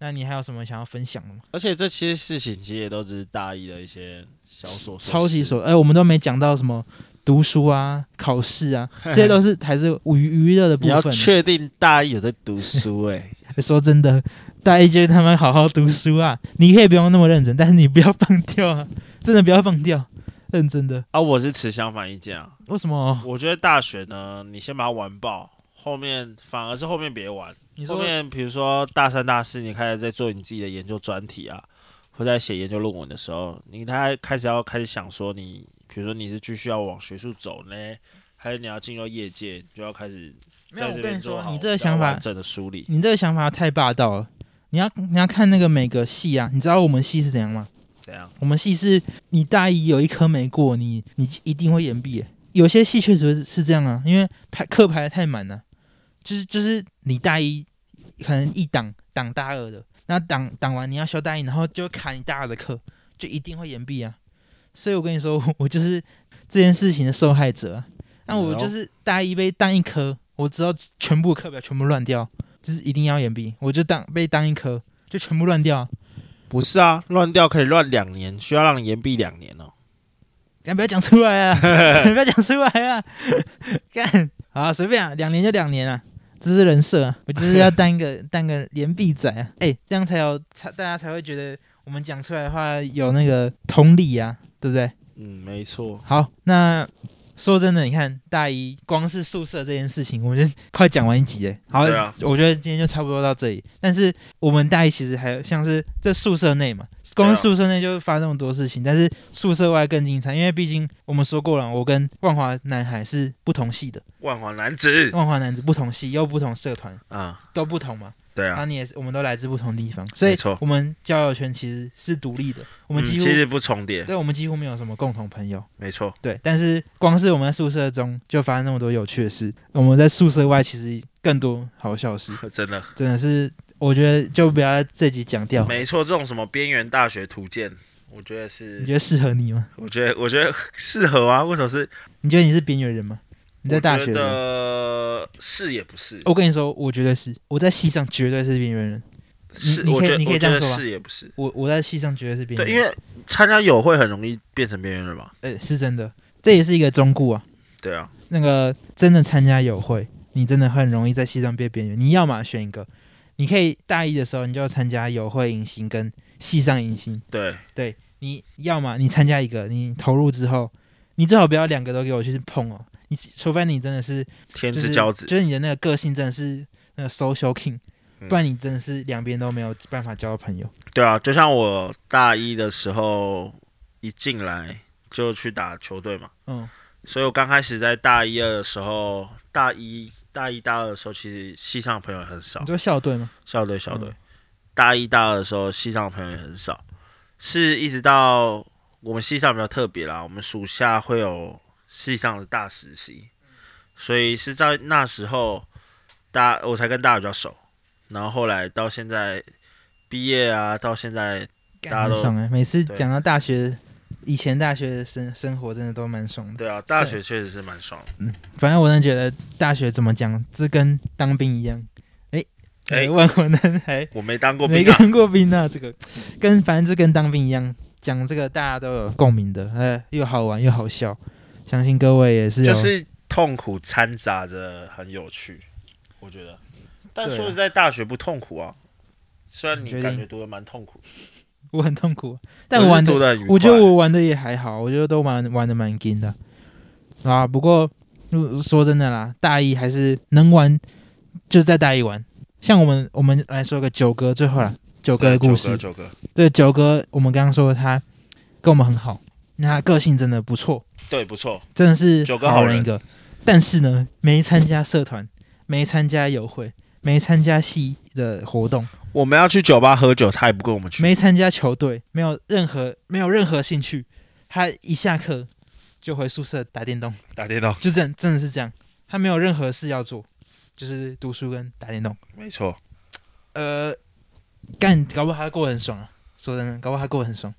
[SPEAKER 1] 那你还有什么想要分享的吗？
[SPEAKER 2] 而且这些事情其实也都只是大一的一些小琐碎
[SPEAKER 1] 超级
[SPEAKER 2] 事
[SPEAKER 1] 琐，哎、我们都没讲到什么读书啊、考试啊，这些都是还是娱娱乐的部
[SPEAKER 2] 你要
[SPEAKER 1] 分啊呢。
[SPEAKER 2] 确定大一有在读书哎、
[SPEAKER 1] 说真的，大一就是他们好好读书啊，你可以不用那么认真，但是你不要放掉啊，真的不要放掉，认真的。
[SPEAKER 2] 啊，我是持相反意见啊。
[SPEAKER 1] 为什么？
[SPEAKER 2] 我觉得大学呢，你先把它玩爆，后面反而是后面别玩。
[SPEAKER 1] 你
[SPEAKER 2] 后
[SPEAKER 1] 说
[SPEAKER 2] 面比如说大三、大四，你开始在做你自己的研究专题啊，或在写研究论文的时候，你他开始要开始想说你，比如说你是继续要往学术走呢，还是你要进入业界，你就要开始
[SPEAKER 1] 没有？
[SPEAKER 2] 在
[SPEAKER 1] 我
[SPEAKER 2] 这
[SPEAKER 1] 跟
[SPEAKER 2] 边
[SPEAKER 1] 你
[SPEAKER 2] 做
[SPEAKER 1] 说，
[SPEAKER 2] 好
[SPEAKER 1] 你这个想
[SPEAKER 2] 比较
[SPEAKER 1] 法嗯
[SPEAKER 2] 完，整的梳理。
[SPEAKER 1] 你这个想法太霸道了。你要你要看那个每个系啊，你知道我们系是怎样吗？
[SPEAKER 2] 怎样？
[SPEAKER 1] 我们系是你大一有一科没过，你你一定会延毕耶。有些系确实是这样啊，因为排课啊排的太满了，就是就是你大一可能一档档大二的，那挡挡完你要修大一，然后就砍一大的课，就一定会延毕啊。所以我跟你说， 我就是这件事情的受害者、啊。那我就是大一被当一科，我知道全部课表全部乱掉，就是一定要延毕，我就当被当一科，就全部乱掉啊。
[SPEAKER 2] 不是啊，乱掉可以乱两年，需要让你延毕两年哦。
[SPEAKER 1] 干不要讲出来啊！不要讲出来啊！干好啊随便啊，两年就两年啊，这是人设、啊，我就是要当一个 当个连臂仔啊！哎、这样才有才大家才会觉得我们讲出来的话有那个同理啊，对不对？
[SPEAKER 2] 嗯，没错。
[SPEAKER 1] 好，那说真的，你看大一光是宿舍这件事情，我们就 快讲完一集哎。好，
[SPEAKER 2] 对啊
[SPEAKER 1] 我觉得今天就差不多到这里。但是我们大一其实还有像是在宿舍内嘛，
[SPEAKER 2] 啊
[SPEAKER 1] 光是宿舍内就发生那么多事情，但是宿舍外更精彩，因为毕竟我们说过了，我跟万华男孩是不同系的，
[SPEAKER 2] 万华男子
[SPEAKER 1] 万华男子不同系又不同社团，
[SPEAKER 2] 啊，
[SPEAKER 1] 都不同嘛。
[SPEAKER 2] 对
[SPEAKER 1] 然
[SPEAKER 2] 啊
[SPEAKER 1] 后，你也是，我们都来自不同地方，所以
[SPEAKER 2] 没错
[SPEAKER 1] 我们交友圈其实是独立的，我
[SPEAKER 2] 我嗯
[SPEAKER 1] 们
[SPEAKER 2] 其
[SPEAKER 1] 几乎、
[SPEAKER 2] 实不重叠，
[SPEAKER 1] 对我们几乎没有什么共同朋友。
[SPEAKER 2] 没错。
[SPEAKER 1] 对，但是光是我们在宿舍中就发生那么多有趣的事，我们在宿舍外其实更多好笑的事，
[SPEAKER 2] 真的，
[SPEAKER 1] 真的是我觉得就不要在这集讲掉。
[SPEAKER 2] 没错，这种什么边缘大学图鉴，我觉得
[SPEAKER 1] 你
[SPEAKER 2] 是
[SPEAKER 1] 觉，得适合你吗？
[SPEAKER 2] 我觉得，我觉得适合啊。为什么是？
[SPEAKER 1] 你觉得你是边缘人吗？你在大学哦的时候？
[SPEAKER 2] 的是也不是，
[SPEAKER 1] 我跟你说，我觉得是，我在系上绝对是边缘人。
[SPEAKER 2] 是
[SPEAKER 1] 你
[SPEAKER 2] 我
[SPEAKER 1] 可以
[SPEAKER 2] 觉得
[SPEAKER 1] 你可以
[SPEAKER 2] 我
[SPEAKER 1] 这
[SPEAKER 2] 觉得
[SPEAKER 1] 样说吧
[SPEAKER 2] 是也不是。
[SPEAKER 1] 我我在系上绝对是边缘
[SPEAKER 2] 对，
[SPEAKER 1] 人。
[SPEAKER 2] 因为参加友会很容易变成边缘人嘛。
[SPEAKER 1] 呃是真的，这也是一个忠固啊。
[SPEAKER 2] 对啊，
[SPEAKER 1] 那个真的参加友会，你真的很容易在系上变边缘。你要嘛选一个，你可以大一的时候你就要参加友会迎新跟系上迎新，
[SPEAKER 2] 对，
[SPEAKER 1] 你要么你参加一个，你投入之后，你最好不要两个都给我去碰哦。你除非你真的是
[SPEAKER 2] 天
[SPEAKER 1] 就
[SPEAKER 2] 之
[SPEAKER 1] 是
[SPEAKER 2] 骄子，
[SPEAKER 1] 就是你的那个个性真的是那个 social king，
[SPEAKER 2] 嗯
[SPEAKER 1] 不然你真的是两边都没有办法交到朋友。
[SPEAKER 2] 对啊，就像我大一的时候一进来就去打球队嘛，
[SPEAKER 1] 嗯，
[SPEAKER 2] 所以我刚开始在大一二的时候，大一大一大二的时候，其实系上的朋友很少
[SPEAKER 1] 你，说校队吗？
[SPEAKER 2] 校队校队
[SPEAKER 1] 嗯，
[SPEAKER 2] 大一大二的时候，系上的朋友也很少，是一直到我们系上比较特别啦，我们暑下会有系上的大实习，所以是在那时候大我才跟大家比较熟，然后后来到现在毕业啊，到现在大家
[SPEAKER 1] 干
[SPEAKER 2] 都
[SPEAKER 1] 很爽哎、每次
[SPEAKER 2] 对
[SPEAKER 1] 讲到大学，以前大学的生生活真的都蛮爽的。
[SPEAKER 2] 对啊，大学确实是蛮爽的。
[SPEAKER 1] 反正我真的觉得大学怎么讲，这跟当兵一样。哎、
[SPEAKER 2] 哎
[SPEAKER 1] 哎，万国男孩
[SPEAKER 2] 我没当过
[SPEAKER 1] 没
[SPEAKER 2] 兵啊，嗯
[SPEAKER 1] 当过兵啊，这个跟反正就跟当兵一样，讲这个大家都有共鸣的，呃，又好玩又好笑，相信各位也是啊有，
[SPEAKER 2] 就是痛苦掺杂着很有趣，我觉得。但
[SPEAKER 1] 对啊
[SPEAKER 2] 说实在，大学不痛苦啊，虽然你
[SPEAKER 1] 决定
[SPEAKER 2] 感觉读的蛮痛苦，
[SPEAKER 1] 我很痛苦，啊但
[SPEAKER 2] 我
[SPEAKER 1] 我
[SPEAKER 2] 是
[SPEAKER 1] 玩
[SPEAKER 2] 读
[SPEAKER 1] 的，
[SPEAKER 2] 的愉快。
[SPEAKER 1] 我觉得我玩的也还好，我觉得都玩玩的蛮劲的啊。不过如说真的啦，大一还是能玩就在大一玩，像我们我们来说个九哥最后啦，九哥的故事，
[SPEAKER 2] 九哥，九哥
[SPEAKER 1] 这九哥，我们刚刚说他跟我们很好，那他个性真的不错，
[SPEAKER 2] 对，不错，
[SPEAKER 1] 真的是
[SPEAKER 2] 九哥
[SPEAKER 1] 好
[SPEAKER 2] 好
[SPEAKER 1] 人
[SPEAKER 2] 人
[SPEAKER 1] 一个。但是呢，没参加社团，没参加友会，没参加系的活动，
[SPEAKER 2] 我们要去酒吧喝酒，他也不跟我们去。
[SPEAKER 1] 没参加球队，没有任何没有任何兴趣。他一下课就回宿舍打电动，
[SPEAKER 2] 打电动，
[SPEAKER 1] 就这样，真的是这样。他没有任何事要做，就是读书跟打电动。
[SPEAKER 2] 没错，
[SPEAKER 1] 呃，干，搞不好他过得很爽啊！说真的，搞不好他过得很爽。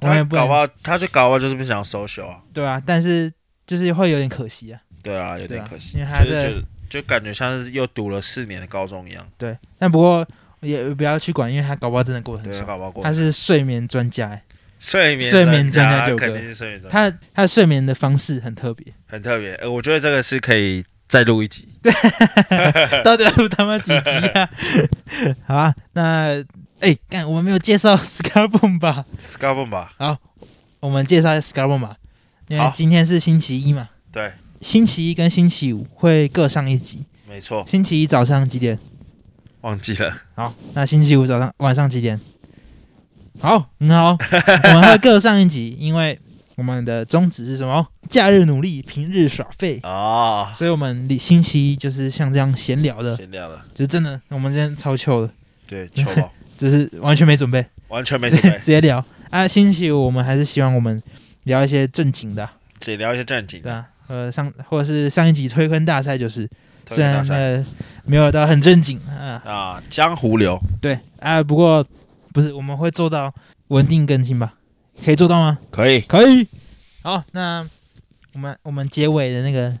[SPEAKER 1] 我们
[SPEAKER 2] 他
[SPEAKER 1] 也不能
[SPEAKER 2] 搞不好，他去搞不好就是不想要 social 啊。
[SPEAKER 1] 对啊，但是就是会有点可惜啊。
[SPEAKER 2] 对啊，有
[SPEAKER 1] 对
[SPEAKER 2] 点
[SPEAKER 1] 啊
[SPEAKER 2] 可惜，
[SPEAKER 1] 因为他
[SPEAKER 2] 就是
[SPEAKER 1] 在
[SPEAKER 2] 觉得就感觉像是又读了四年的高中一样。
[SPEAKER 1] 对，但不过也不要去管，因为他搞不好真的过得很
[SPEAKER 2] 对，
[SPEAKER 1] 爽。
[SPEAKER 2] 搞不好过
[SPEAKER 1] 啊他是睡眠专家、欸，
[SPEAKER 2] 睡眠
[SPEAKER 1] 睡眠专家
[SPEAKER 2] 家
[SPEAKER 1] 九哥
[SPEAKER 2] 肯定是睡眠专家，
[SPEAKER 1] 他他的睡眠的方式很 特别，
[SPEAKER 2] 很特别。呃，我觉得这个是可以再录一集。
[SPEAKER 1] 到底要录他妈几集啊？ 好啊，那哎，干、我们没有介绍 Scarboom 吧？
[SPEAKER 2] s c a r b o n 吧，
[SPEAKER 1] 我们介绍一下 Scarboom 吧，因为
[SPEAKER 2] 好
[SPEAKER 1] 今天是星期一嘛，
[SPEAKER 2] 对，
[SPEAKER 1] 星期一跟星期五会各上一集。
[SPEAKER 2] 没错，
[SPEAKER 1] 星期一早上几点？
[SPEAKER 2] 忘记了。
[SPEAKER 1] 好，那星期五早上晚上几点？好，很 好，我们会各上一集，因为我们的宗旨是什么？假日努力，平日耍废。
[SPEAKER 2] 哦，
[SPEAKER 1] 所以我们星期一就是像这样闲聊的，
[SPEAKER 2] 闲聊了，
[SPEAKER 1] 就是真的，我们今天超糗的，
[SPEAKER 2] 对，球宝
[SPEAKER 1] 就是完全没准备，
[SPEAKER 2] 完全没
[SPEAKER 1] 直
[SPEAKER 2] 准
[SPEAKER 1] 接
[SPEAKER 2] 备
[SPEAKER 1] 直，接聊啊。星期五我们还是希望我们聊一些正经的啊，
[SPEAKER 2] 只聊一些正经
[SPEAKER 1] 对
[SPEAKER 2] 的。
[SPEAKER 1] 啊，呃，上或者是上一集推坑大赛就是，
[SPEAKER 2] 特
[SPEAKER 1] 虽
[SPEAKER 2] 别大
[SPEAKER 1] 然
[SPEAKER 2] 赛
[SPEAKER 1] 呃没有到很正经啊，
[SPEAKER 2] 啊，江湖流
[SPEAKER 1] 对啊，不过不是我们会做到稳定更新吧？可以做到吗？
[SPEAKER 2] 可以
[SPEAKER 1] 可以。好，那我们我们结尾的那个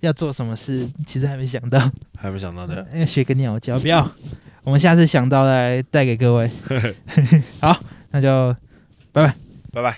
[SPEAKER 1] 要做什么事，其实还没想到，
[SPEAKER 2] 还没想到的，
[SPEAKER 1] 要学个鸟叫，不要。我们 下次想到来带给各位。好，那就
[SPEAKER 2] 拜拜。